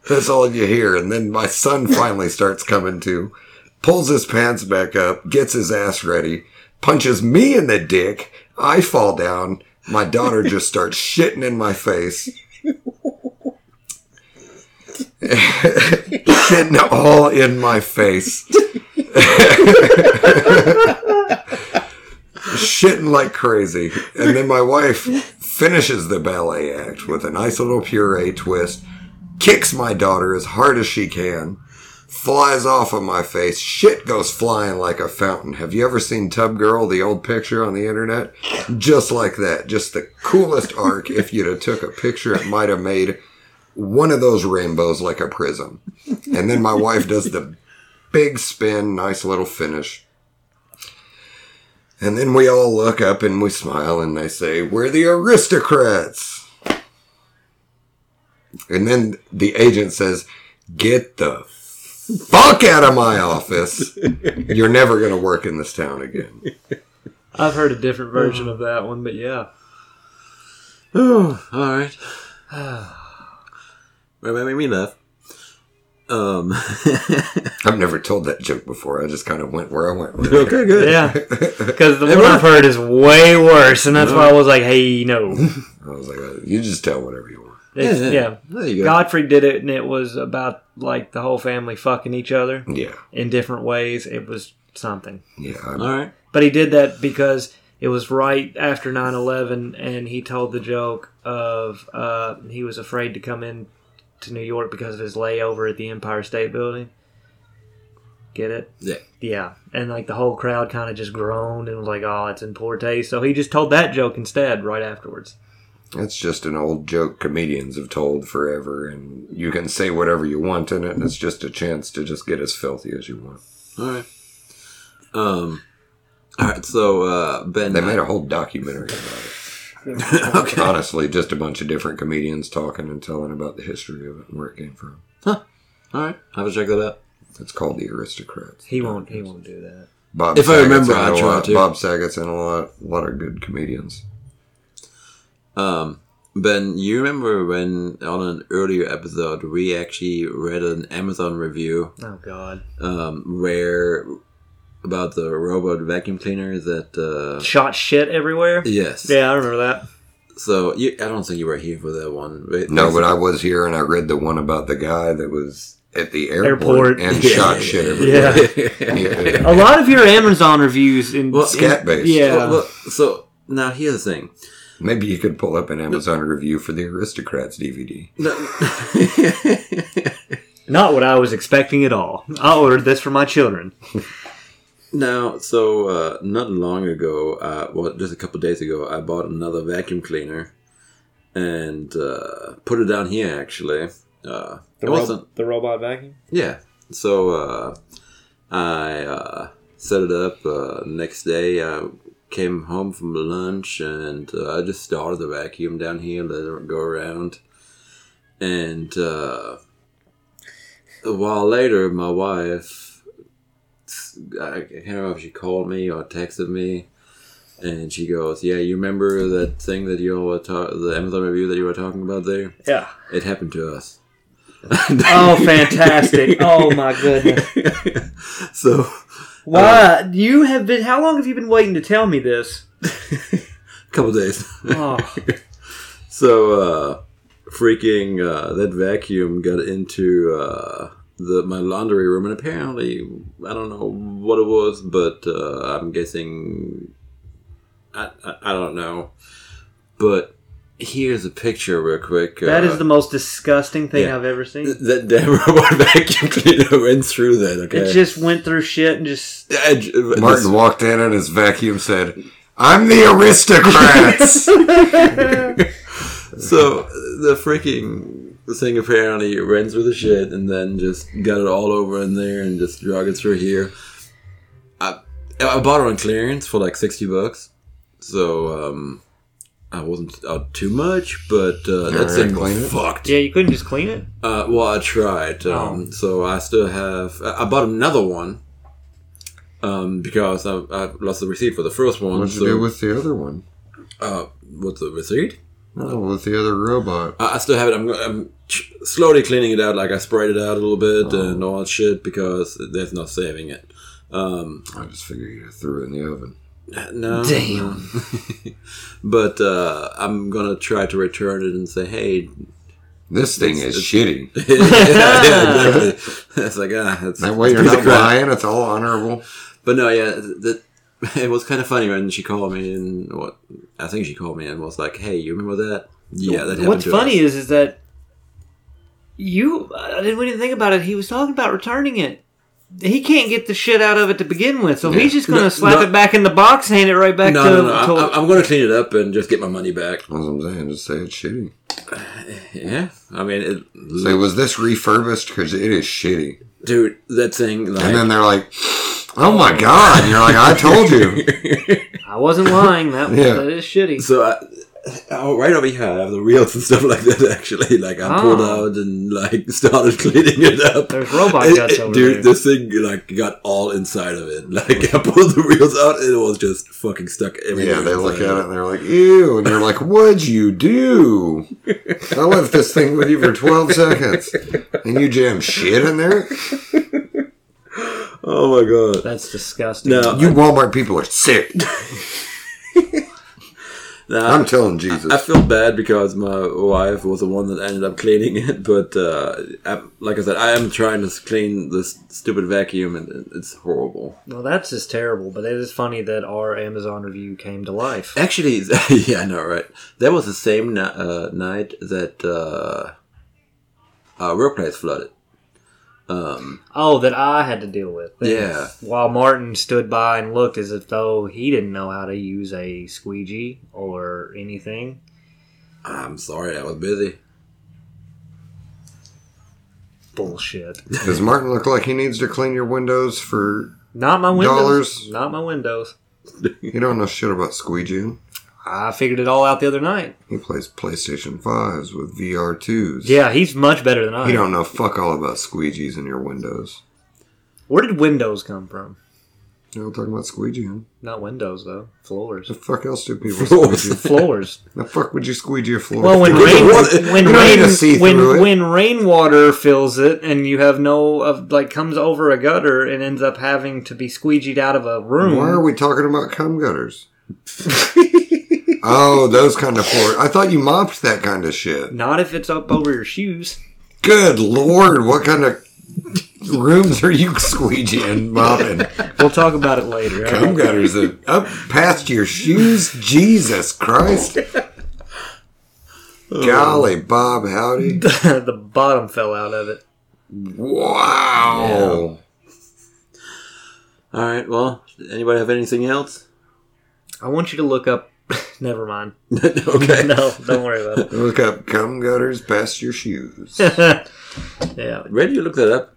That's all you hear. And then my son finally starts coming to, pulls his pants back up, gets his ass ready, punches me in the dick. I fall down. My daughter just starts shitting in my face. shitting all in my face. shitting like crazy. And then my wife finishes the ballet act with a nice little puree twist, kicks my daughter as hard as she can, flies off of my face. Shit goes flying like a fountain. Have you ever seen Tub Girl, the old picture on the internet? Just like that. Just the coolest arc. if you'd have took a picture, it might have made one of those rainbows like a prism. And then my wife does the big spin, nice little finish. And then we all look up and we smile and they say, We're the aristocrats. And then the agent says, Get the fuck out of my office. You're never going to work in this town again. I've heard a different version of that one, but yeah. Oh, all right. Right, right, right, we left. Um. I've never told that joke before. I just kind of went where I went. with it. okay, good. Yeah. Because the one I've heard is way worse, and that's why I was like, hey, no. I was like, "Uh, You just tell whatever you want. It's- yeah. There you go. Godfrey did it, and it was about like the whole family fucking each other Yeah. in different ways. It was something. Yeah. I'm- All right. But he did that because it was right after 9 11, and he told the joke of uh, he was afraid to come in to New York because of his layover at the Empire State Building. Get it? Yeah. Yeah. And like the whole crowd kind of just groaned and was like, oh, it's in poor taste. So he just told that joke instead right afterwards. That's just an old joke comedians have told forever, and you can say whatever you want in it, and it's just a chance to just get as filthy as you want. All right. Um. All right. So uh, Ben. They made a whole documentary about it. okay. Honestly, just a bunch of different comedians talking and telling about the history of it and where it came from. All right. I have to check that out. It's called The Aristocrats. He won't. He won't do that. Bob If I remember, in a I try lot- to. Bob Saget's in a lot, a lot of good comedians. Um. Ben, you remember when on an earlier episode we actually read an Amazon review Oh God! um, where about the robot vacuum cleaner that uh, Shot shit everywhere. yes Yeah, I remember that. so you, I don't think you were here for that one right? No, but I was here and I read the one about the guy that was at the Airport. airport, and Yeah. shot shit everywhere. Yeah, Yeah. a lot of your Amazon reviews in Well, Scat based. Yeah. Well, well, so now here's the thing Maybe you could pull up an Amazon review for the Aristocrats DVD. No. not what I was expecting at all. I ordered this for my children. now so uh, not long ago uh, well just a couple days ago i bought another vacuum cleaner and uh, put it down here actually uh, it wasn't the robot vacuum. Yeah. So uh, I uh, set it up. Uh, next day, I came home from lunch and uh, I just started the vacuum down here, let it go around. And uh, a while later, my wife, I can't remember if she called me or texted me. And she goes, "Yeah, you remember that thing that you were ta- the Amazon review that you were talking about there? Yeah. It happened to us." Oh, fantastic! Oh my Uh, goodness! so Why you have been? How long have you been waiting to tell me this? couple days. Oh, so uh, freaking uh, that vacuum got into uh, the my laundry room, and apparently I don't know what it was, but uh, I'm guessing I, I I don't know. But here's a picture, real quick. that uh, is the most disgusting thing yeah. I've ever seen. that damn robot vacuum cleaner went through that. Okay. uh, It just went through shit and just. I j- Martin this- walked in and his vacuum said, I'm the Aristocrats! So the freaking thing apparently ran through the shit and then just got it all over in there and just drug it through here. I I bought it on clearance for like sixty bucks, so um, I wasn't out too much, but uh, that right, thing clean was it. fucked. Yeah, you couldn't just clean it. Uh, well, I tried, Oh. um, so I still have. I I bought another one. Um, because I, I lost the receipt for the first one. What'd you so- do with the other one? uh, what's the receipt? No, with the other robot. I I still have it. I'm, I'm ch- slowly cleaning it out. Like I sprayed it out a little bit Oh. and all that shit because there's no saving it. Um, I just figured you threw it in the oven. Uh, no. Damn. But uh, I'm gonna try to return it and say, hey. This thing is shitty. yeah, yeah, exactly. It's like ah, it's That way you're it's a not crap. lying, it's all honorable. But no, yeah, that it was kind of funny when she called me and what I think she called me and was like, hey, you remember that? Yeah, that happened. What's to funny us. is is that You, I didn't even think about it. He was talking about returning it. He can't get the shit out of it to begin with, so Yeah. he's just going to No, slap no. it back in the box, hand it right back No, to. no, no. to- I, am going to clean it up and just get my money back. That's what I'm saying. Just say it's shitty. Yeah, I mean, it, Say, was this refurbished? Because it is shitty. dude, that thing. Like, And then they're like, oh my God. And you're like, I told you. I wasn't lying. That, Yeah. that is shitty. so I, oh, right over here, I have the reels and stuff like that. Actually, like I pulled Oh. out and like started cleaning it up. There's robot It- guts it- over dude, there. this thing like got all inside of it. Like I pulled the reels out, and it was just fucking stuck everywhere. Yeah, they look at inside it of and they're like, ew. And you're like, what'd you do? I left this thing with you for 12 seconds. And you jam shit in there? Oh my god. That's disgusting. No, You Walmart people are sick. no, I'm telling Jesus. I feel bad because my wife was the one that ended up cleaning it, but uh, I, like I said, I am trying to clean this stupid vacuum, and it's horrible. Well, that's just terrible, but it is funny that our Amazon review came to life. Actually, yeah, I know, right? That was the same ni- uh, night that uh, our workplace flooded. Um, Oh, that I had to deal with. Yeah. While Martin stood by and looked as if though he didn't know how to use a squeegee or anything. I'm sorry, I was busy. Bullshit. Does Martin look like he needs to clean your windows for. Not my windows. Dollars. Not my windows. You don't know shit about squeegee. I figured it all out the other night. He plays PlayStation 5s with VR2s. Yeah, he's much better than I. You am. don't know fuck all about squeegees in your windows. Where did windows come from? You know, talking about squeegeeing. Not windows though. Floors. The fuck else do people Floors. squeegee? Floors. the fuck would you squeegee a floor? Well, when for? rain, What? when You don't need to rain, see through when, it. when rainwater fills it, and you have no of like comes over a gutter and ends up having to be squeegeed out of a room. Why are we talking about cum gutters? oh, those kind of floors. I thought you mopped that kind of shit. Not if it's up over your shoes. Good lord, what kind of rooms are you squeegeeing, mopping? We'll talk about it later. all Cum right? gutters that- up past your shoes? Jesus Christ. Oh. Golly, Bob, howdy. the bottom fell out of it. Wow. All right, well, anybody have anything else? I want you to look up. Never mind. okay. No, don't worry about Look up cum gutters past your shoes. it. yeah, Where do you look that up?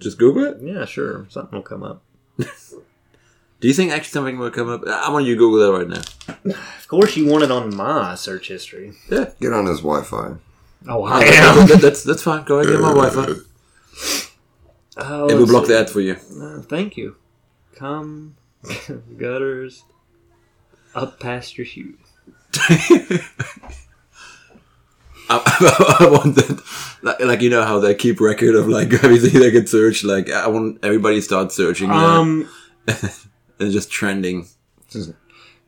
Just Google it. yeah, sure. Something will come up. Do you think actually something will come up? I want you to Google that right now. Of course, you want it on my search history. Get on his Wi Fi. Oh, I am. That- that's that's fine. Go ahead, get my Wi-Fi. Oh, It will let's block see. the ad for you. Uh, thank you. Come, gutters, up past your shoes. I, I, I want that, like, like you know how they keep record of like everything they can search. Like I want everybody to start searching that Um, and just trending.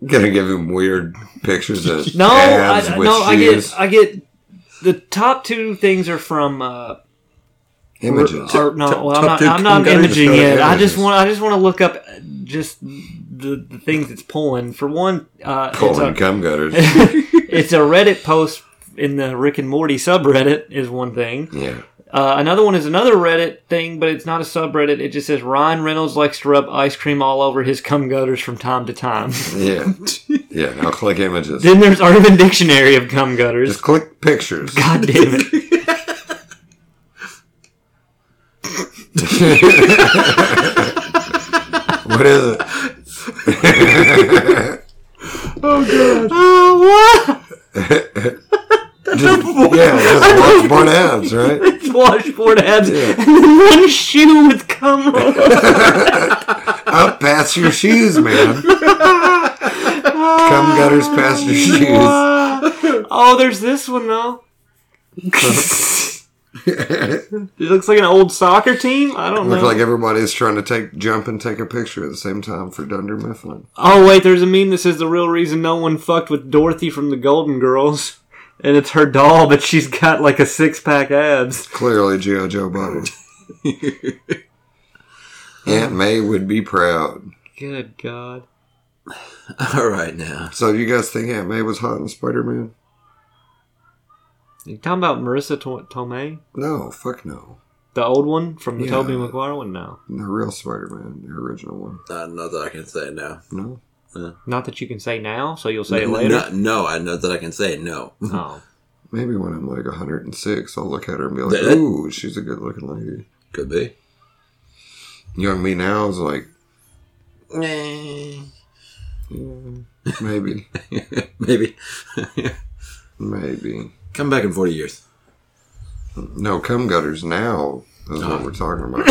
Gonna give him weird pictures of no, I, abs with no, I shoes. get, I get. The top two things are from uh, images. Or, no, Top- well, I'm top not, two I'm not gutters. imaging Just yet. I images. just want, I just want to look up uh, just the, the things it's pulling. For one, uh, it's, Colon a, cum gutters. it's a Reddit post in the Rick and Morty subreddit is one thing. yeah. Uh, another one is another Reddit thing, but it's not a subreddit. It just says Ryan Reynolds likes to rub ice cream all over his cum gutters from time to time. Yeah. Yeah. Now click images. then there's Urban Dictionary of cum gutters. Just click pictures. God damn it. What is it? Oh, what? Just, yeah, just watch butt abs, right? Washboard abs and then one shoe with cum all over. Up past your shoes, man. Cum gutters past your shoes. Oh, there's this one though. It looks like an old soccer team. I don't know. Looks like everybody's trying to take jump and take a picture at the same time for Dunder Mifflin. oh wait, there's a meme that says the real reason no one fucked with Dorothy from the Golden Girls, and it's her doll, but she's got like a six pack abs. Clearly, G.I. Joe Bobby. Aunt May would be proud. Good God. All right now. So, you guys think Aunt May was hot in Spider Man? You talking about Marissa to- Tomei, No, fuck no. the old one from the Yeah. Tobey Maguire one? No, The real Spider Man, the original one. Uh, not that I can say no. No. not that you can say now, so you'll say it N- later. No, no, I know that I can say no. Oh, Maybe when I'm like 106, I'll look at her and be like, That- ooh, she's a good looking lady. Could be. Young me now is like, yeah, maybe. Maybe. maybe. Come back in 40 years. No, cum gutters now is what we're talking about.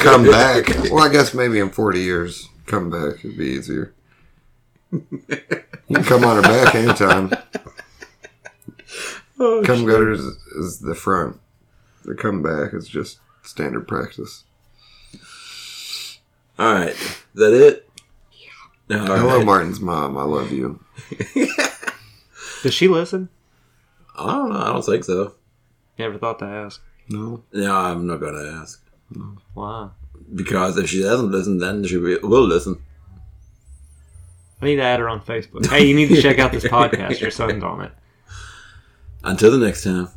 come back. Well, I guess maybe in 40 years, come back would be easier. You can come on her back anytime. Oh, Cum gutters is the front. The come back is just standard practice. All right. Is that it? Yeah. Hello, Martin's mom. I love you. does she listen? I don't know. I don't think so. Never thought to ask. No. No, I'm not going to ask. Wow, Because if she doesn't listen, then she will will listen. I need to add her on Facebook. Hey, you need to check out this podcast. Your son's on it. Until the next time.